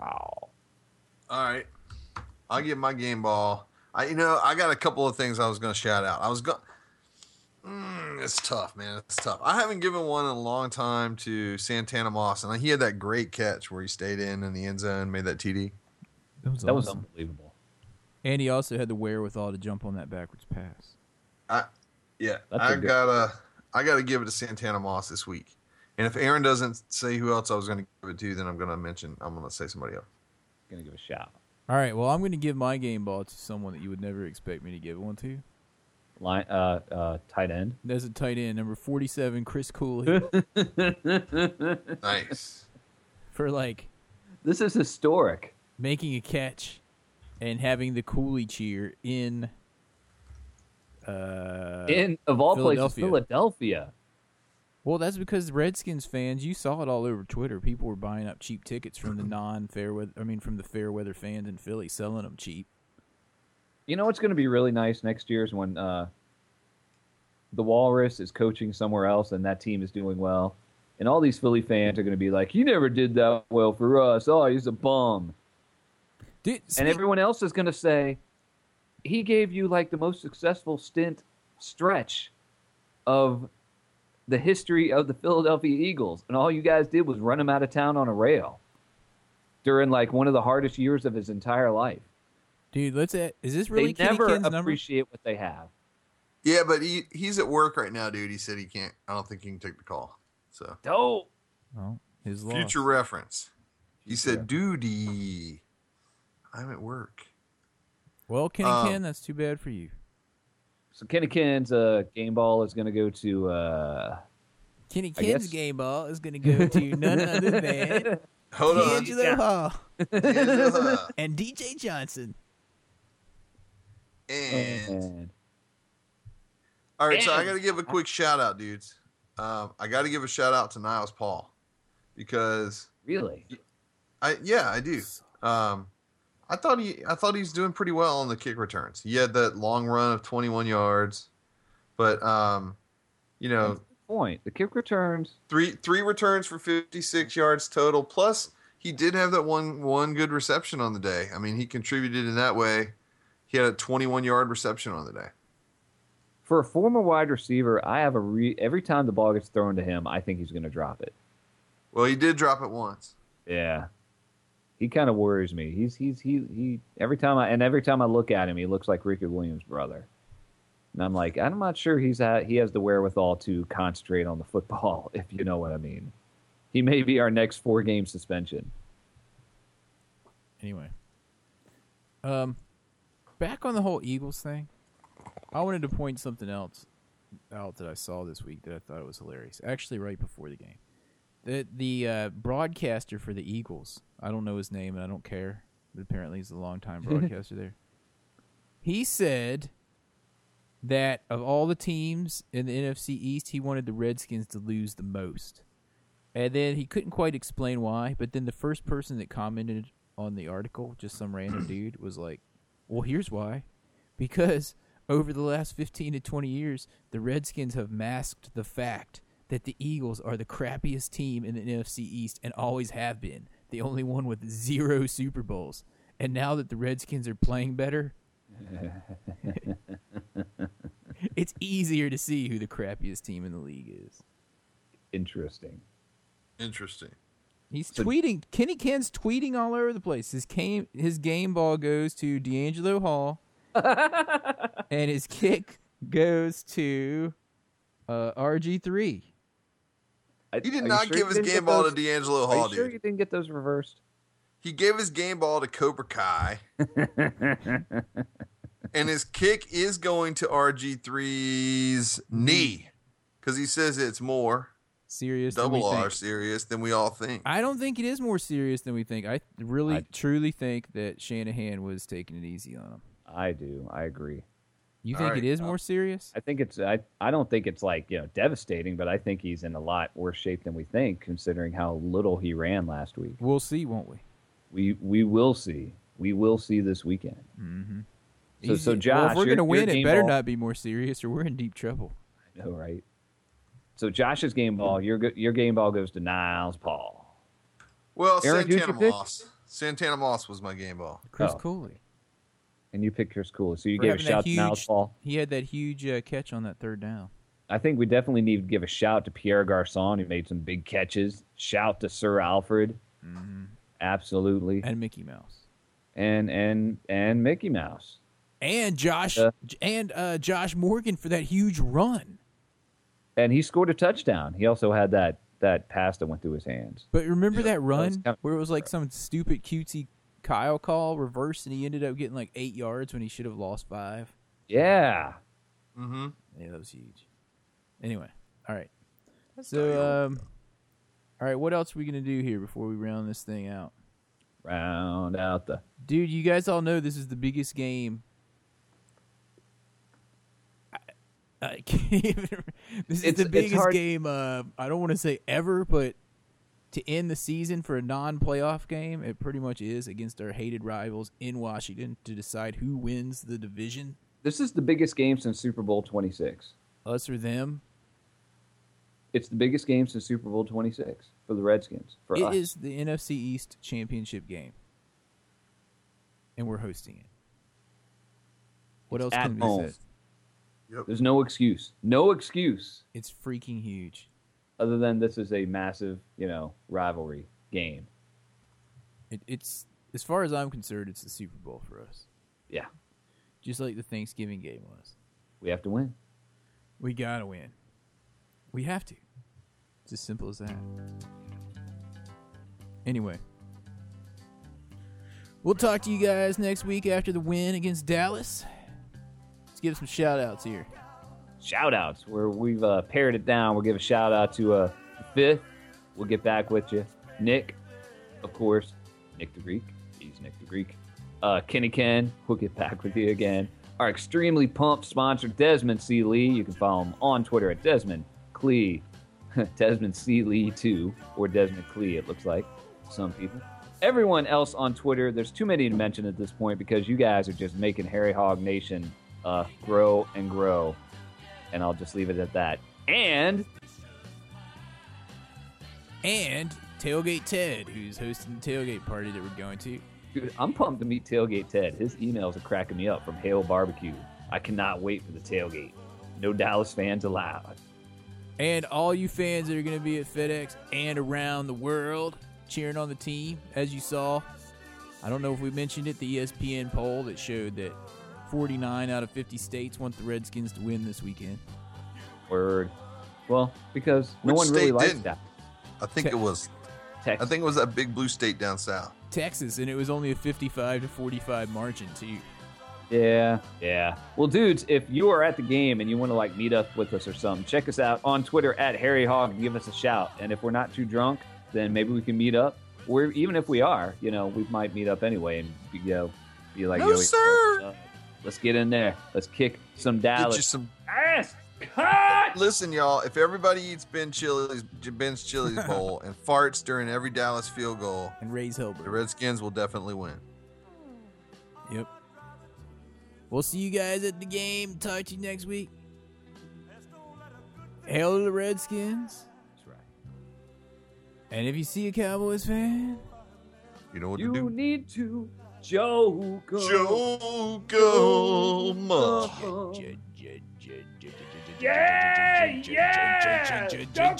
Speaker 3: Oh,
Speaker 2: All right. I'll get my game ball. I you know, I got a couple of things I was gonna shout out. I was going mm, it's tough, man. It's tough. I haven't given one in a long time to Santana Moss, and he had that great catch where he stayed in in the end zone, made that TD.
Speaker 3: that was unbelievable.
Speaker 1: And he also had the wherewithal to jump on that backwards pass.
Speaker 2: Yeah,
Speaker 3: That's
Speaker 2: I
Speaker 3: a good-
Speaker 2: gotta, I gotta give it to Santana Moss this week. And if Aaron doesn't say who else I was gonna give it to, then I'm gonna mention, I'm gonna say somebody else.
Speaker 3: Gonna give a shout.
Speaker 1: All right, well, I'm going to give my game ball to someone that you would never expect me to give one to.
Speaker 3: Line, uh, uh, tight end.
Speaker 1: That's a tight end, number 47, Chris Cooley,
Speaker 2: Nice.
Speaker 1: for like
Speaker 3: This is historic.
Speaker 1: making a catch and having the Cooley cheer in. Uh,
Speaker 3: In of all places,
Speaker 1: Philadelphia.
Speaker 3: Philadelphia.
Speaker 1: well, that's because Redskins fans, you saw it all over Twitter. People were buying up cheap tickets from the
Speaker 3: Mm-hmm.
Speaker 1: non fair weather, I mean, from the fair weather fans in Philly, selling them cheap.
Speaker 3: You know what's gonna be really nice next year is when uh, the Walrus is coaching somewhere else and that team is doing well, and all these Philly fans are gonna be like, "You never did that well for us. Oh, he's a bum."
Speaker 1: Dude,
Speaker 3: and
Speaker 1: speak-
Speaker 3: everyone else is going to say he gave you like the most successful stint stretch of the history of the Philadelphia Eagles, and all you guys did was run him out of town on a rail during like one of the hardest years of his entire life.
Speaker 1: dude, let's. At, is this really
Speaker 3: they
Speaker 1: Kenny
Speaker 3: never
Speaker 1: Kinn's number?
Speaker 3: appreciate what they have.
Speaker 2: yeah, but he he's at work right now, dude. He said he can't. I don't think he can take the call. So
Speaker 3: Dope.
Speaker 1: Oh, his loss.
Speaker 2: future reference. He said, "Duty, I'm at work."
Speaker 1: Well, Kenny
Speaker 3: uh,
Speaker 2: Um,
Speaker 1: Kinn, that's too bad for you.
Speaker 3: So Kenny Kins uh, game ball is going to go to uh,
Speaker 1: Kenny
Speaker 3: I guess-
Speaker 1: Kinn's game ball is going to go to none other than
Speaker 2: Hold on.
Speaker 1: D'Angelo Hall
Speaker 2: Angela.
Speaker 1: and DJ Johnson.
Speaker 2: and all right, so I got to give a quick shout out, dudes. Um, I got to give a shout out to Niles Paul because
Speaker 3: really
Speaker 2: I yeah I do. Um, I thought he I thought he's doing pretty well on the kick returns. He had that long run of 21 yards, but um, you know
Speaker 3: point the kick returns.
Speaker 2: three three returns for 56 yards total plus he did have that one one good reception on the day i mean he contributed in that way he had a 21 yard reception on the day
Speaker 3: for a former wide receiver, I have a re- every time the ball gets thrown to him, I think he's going to drop it.
Speaker 2: well he did drop it once
Speaker 3: Yeah, he kind of worries me. He's he's he he every time I and every time I look at him, he looks like Ricky Williams' brother, and I'm like, I'm not sure he's at, he has the wherewithal to concentrate on the football, if you know what I mean. He may be our next four game suspension.
Speaker 1: Anyway, um, back on the whole Eagles thing, I wanted to point something else out that I saw this week that I thought was hilarious. Actually, right before the game, the the uh, broadcaster for the Eagles, I don't know his name and I don't care, but apparently he's a longtime broadcaster there. He said that of all the teams in the NFC East, he wanted the Redskins to lose the most. And then he couldn't quite explain why, but then the first person that commented on the article, just some random dude, was like, Well, here's why. Because over the last 15 to 20 years, the Redskins have masked the fact that the Eagles are the crappiest team in the NFC East and always have been, the only one with zero Super Bowls. And now that the Redskins are playing better, it's easier to see who the crappiest team in the league is.
Speaker 3: Interesting.
Speaker 2: interesting
Speaker 1: He's
Speaker 3: So-
Speaker 1: tweeting. Kenny Ken's tweeting all over the place. His game, his game ball goes to D'Angelo Hall, and his kick goes to uh, RG three.
Speaker 3: I- are
Speaker 2: he did
Speaker 3: you
Speaker 2: not
Speaker 3: sure you
Speaker 2: give his
Speaker 3: didn't
Speaker 2: game
Speaker 3: get
Speaker 2: ball
Speaker 3: those-
Speaker 2: to d'angelo
Speaker 3: Are
Speaker 2: hall
Speaker 3: you sure
Speaker 2: dude
Speaker 3: you didn't get those reversed?
Speaker 2: he gave his game ball to cobra kai
Speaker 1: Mm-hmm.
Speaker 2: and his kick is going to rg3's knee because he says it's more
Speaker 1: serious. than we
Speaker 2: double R
Speaker 1: think.
Speaker 2: serious than we all think.
Speaker 1: I don't think it is more serious than we think. I really,
Speaker 3: I-
Speaker 1: truly think that Shanahan was taking it easy on him.
Speaker 3: I do. I agree.
Speaker 1: You
Speaker 2: All
Speaker 1: think
Speaker 2: right,
Speaker 1: it is more serious?
Speaker 3: I think it's I, I don't think it's like, you know, devastating, but I think he's in a lot worse shape than we think, considering how little he ran last week.
Speaker 1: We'll see, won't we?
Speaker 3: We we will see. We will see this weekend.
Speaker 1: Mm-hmm.
Speaker 3: So- so Josh,
Speaker 1: if we're
Speaker 3: your-
Speaker 1: gonna win,
Speaker 3: your
Speaker 1: it
Speaker 3: game
Speaker 1: better
Speaker 3: ball-
Speaker 1: not be more serious, or we're in deep trouble.
Speaker 3: I know, right? So Josh's game ball, your go- your game ball goes to Niles Paul.
Speaker 2: Well,
Speaker 3: Aaron, who'd you
Speaker 2: Santana
Speaker 3: pick?
Speaker 2: Moss. Santana Moss was my game ball.
Speaker 1: Chris
Speaker 3: Oh.
Speaker 1: Cooley.
Speaker 3: And you picked Chris Cooley. So you
Speaker 1: For
Speaker 3: gave a
Speaker 1: having that
Speaker 3: shout to Niles
Speaker 1: huge-
Speaker 3: Paul.
Speaker 1: He had that huge uh, catch on that third down.
Speaker 3: I think we definitely need to give a shout to Pierre Garcon, who made some big catches. Shout to Sir Alfred. Absolutely.
Speaker 1: and Mickey Mouse
Speaker 3: And and and Mickey Mouse.
Speaker 1: and Josh
Speaker 3: Uh,
Speaker 1: J- and uh, Josh Morgan for that huge run.
Speaker 3: And he scored a touchdown. He also had that that pass that went through his hands.
Speaker 1: But remember that run
Speaker 3: was kinda-
Speaker 1: where it was like some stupid cutesy Kyle call reverse, and he ended up getting like eight yards when he should have lost five.
Speaker 3: Yeah.
Speaker 2: Mm-hmm.
Speaker 1: Yeah, that was huge. Anyway, all right. So, um, all right, what else are we gonna do here before we round this thing out,
Speaker 3: Round out the
Speaker 1: dude? You guys all know this is the biggest game. I, I can't even. This is
Speaker 3: It's-
Speaker 1: the
Speaker 3: it's
Speaker 1: biggest
Speaker 3: hard-
Speaker 1: game. Uh, I don't want to say ever, but to end the season for a non-playoff game, it pretty much is against our hated rivals in Washington to decide who wins the division,
Speaker 3: This is the biggest game since Super Bowl 26.
Speaker 1: us or them.
Speaker 3: It's the biggest game since Super Bowl 26 for the Redskins. For
Speaker 1: It
Speaker 3: us.
Speaker 1: is the NFC East championship game, and we're hosting it. What else
Speaker 3: at
Speaker 1: can
Speaker 3: home.
Speaker 1: be said?
Speaker 3: There's no excuse. No excuse
Speaker 1: It's freaking huge.
Speaker 3: other than this is a massive, you know, rivalry game.
Speaker 1: It, it's as far as I'm concerned, it's the Super Bowl for us,
Speaker 3: Yeah.
Speaker 1: just like the Thanksgiving game was.
Speaker 3: We have to win.
Speaker 1: We gotta win. We have to. It's as simple as that. Anyway, we'll talk to you guys next week after the win against Dallas. Let's give some shout outs here.
Speaker 3: shout outs where we've uh, pared it down. We'll give a shout out to uh, Fifth. We'll get back with you. Nick, of course, Nick the Greek. He's Nick the Greek. Uh, Kenny Ken, we'll get back with you again. Our extremely pumped sponsor, Desmond C. Lee. You can follow him on Twitter at Desmond Clee. Desmond C. Lee 2, or Desmond Clee, it looks like, to some people. Everyone else on Twitter, there's too many to mention at this point because you guys are just making Harry Hog Nation uh, grow and grow and I'll just leave it at that. And
Speaker 1: and Tailgate Ted, who's hosting the tailgate party that we're going to.
Speaker 3: dude, I'm pumped to meet Tailgate Ted. His emails are cracking me up from Hale Barbecue. I cannot wait for the tailgate. No Dallas fans allowed.
Speaker 1: And all you fans that are going to be at FedEx and around the world cheering on the team, as you saw, I don't know if we mentioned it, the E ESPN poll that showed that 49 out of 50 states want the Redskins to win this weekend.
Speaker 3: Word. Well, because no
Speaker 2: Which
Speaker 3: one really
Speaker 2: state
Speaker 3: likes
Speaker 2: didn't?
Speaker 3: that.
Speaker 2: I think it was. I
Speaker 3: Texas.
Speaker 2: think it was that big blue state down south.
Speaker 1: Texas, and it was only a 55 to 45 margin, too.
Speaker 3: Yeah, yeah. Well, dudes, if you are at the game and you want to like meet up with us or something, check us out on Twitter at Harry Hog and give us a shout. And if we're not too drunk, then maybe we can meet up. Or even if we are, you know, we might meet up anyway and be, you know, be like,
Speaker 2: No,
Speaker 3: yo,
Speaker 2: sir.
Speaker 3: let's get in there. Let's kick some
Speaker 2: Get you
Speaker 3: Dallas
Speaker 2: some.
Speaker 3: ass. Cut!
Speaker 2: Listen, y'all. If everybody eats Ben Chili's Ben's Chili's bowl and farts during every Dallas field goal,
Speaker 1: And Ray's
Speaker 2: the
Speaker 1: Hilbert.
Speaker 2: Redskins will definitely win.
Speaker 1: Yep. We'll see you guys at the game. Talk to you next week. Hail to the Redskins.
Speaker 3: That's right.
Speaker 1: And if you see a Cowboys fan,
Speaker 2: You know what
Speaker 3: You
Speaker 2: to do.
Speaker 3: need to joke.
Speaker 2: Jokoma.
Speaker 3: Yeah, yeah,
Speaker 1: Jokum!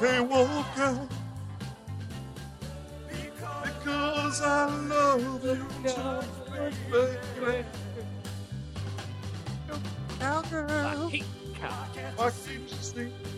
Speaker 2: Can't walk out because I love you, baby. Cowgirl,
Speaker 3: Cow.
Speaker 2: why can't you sleep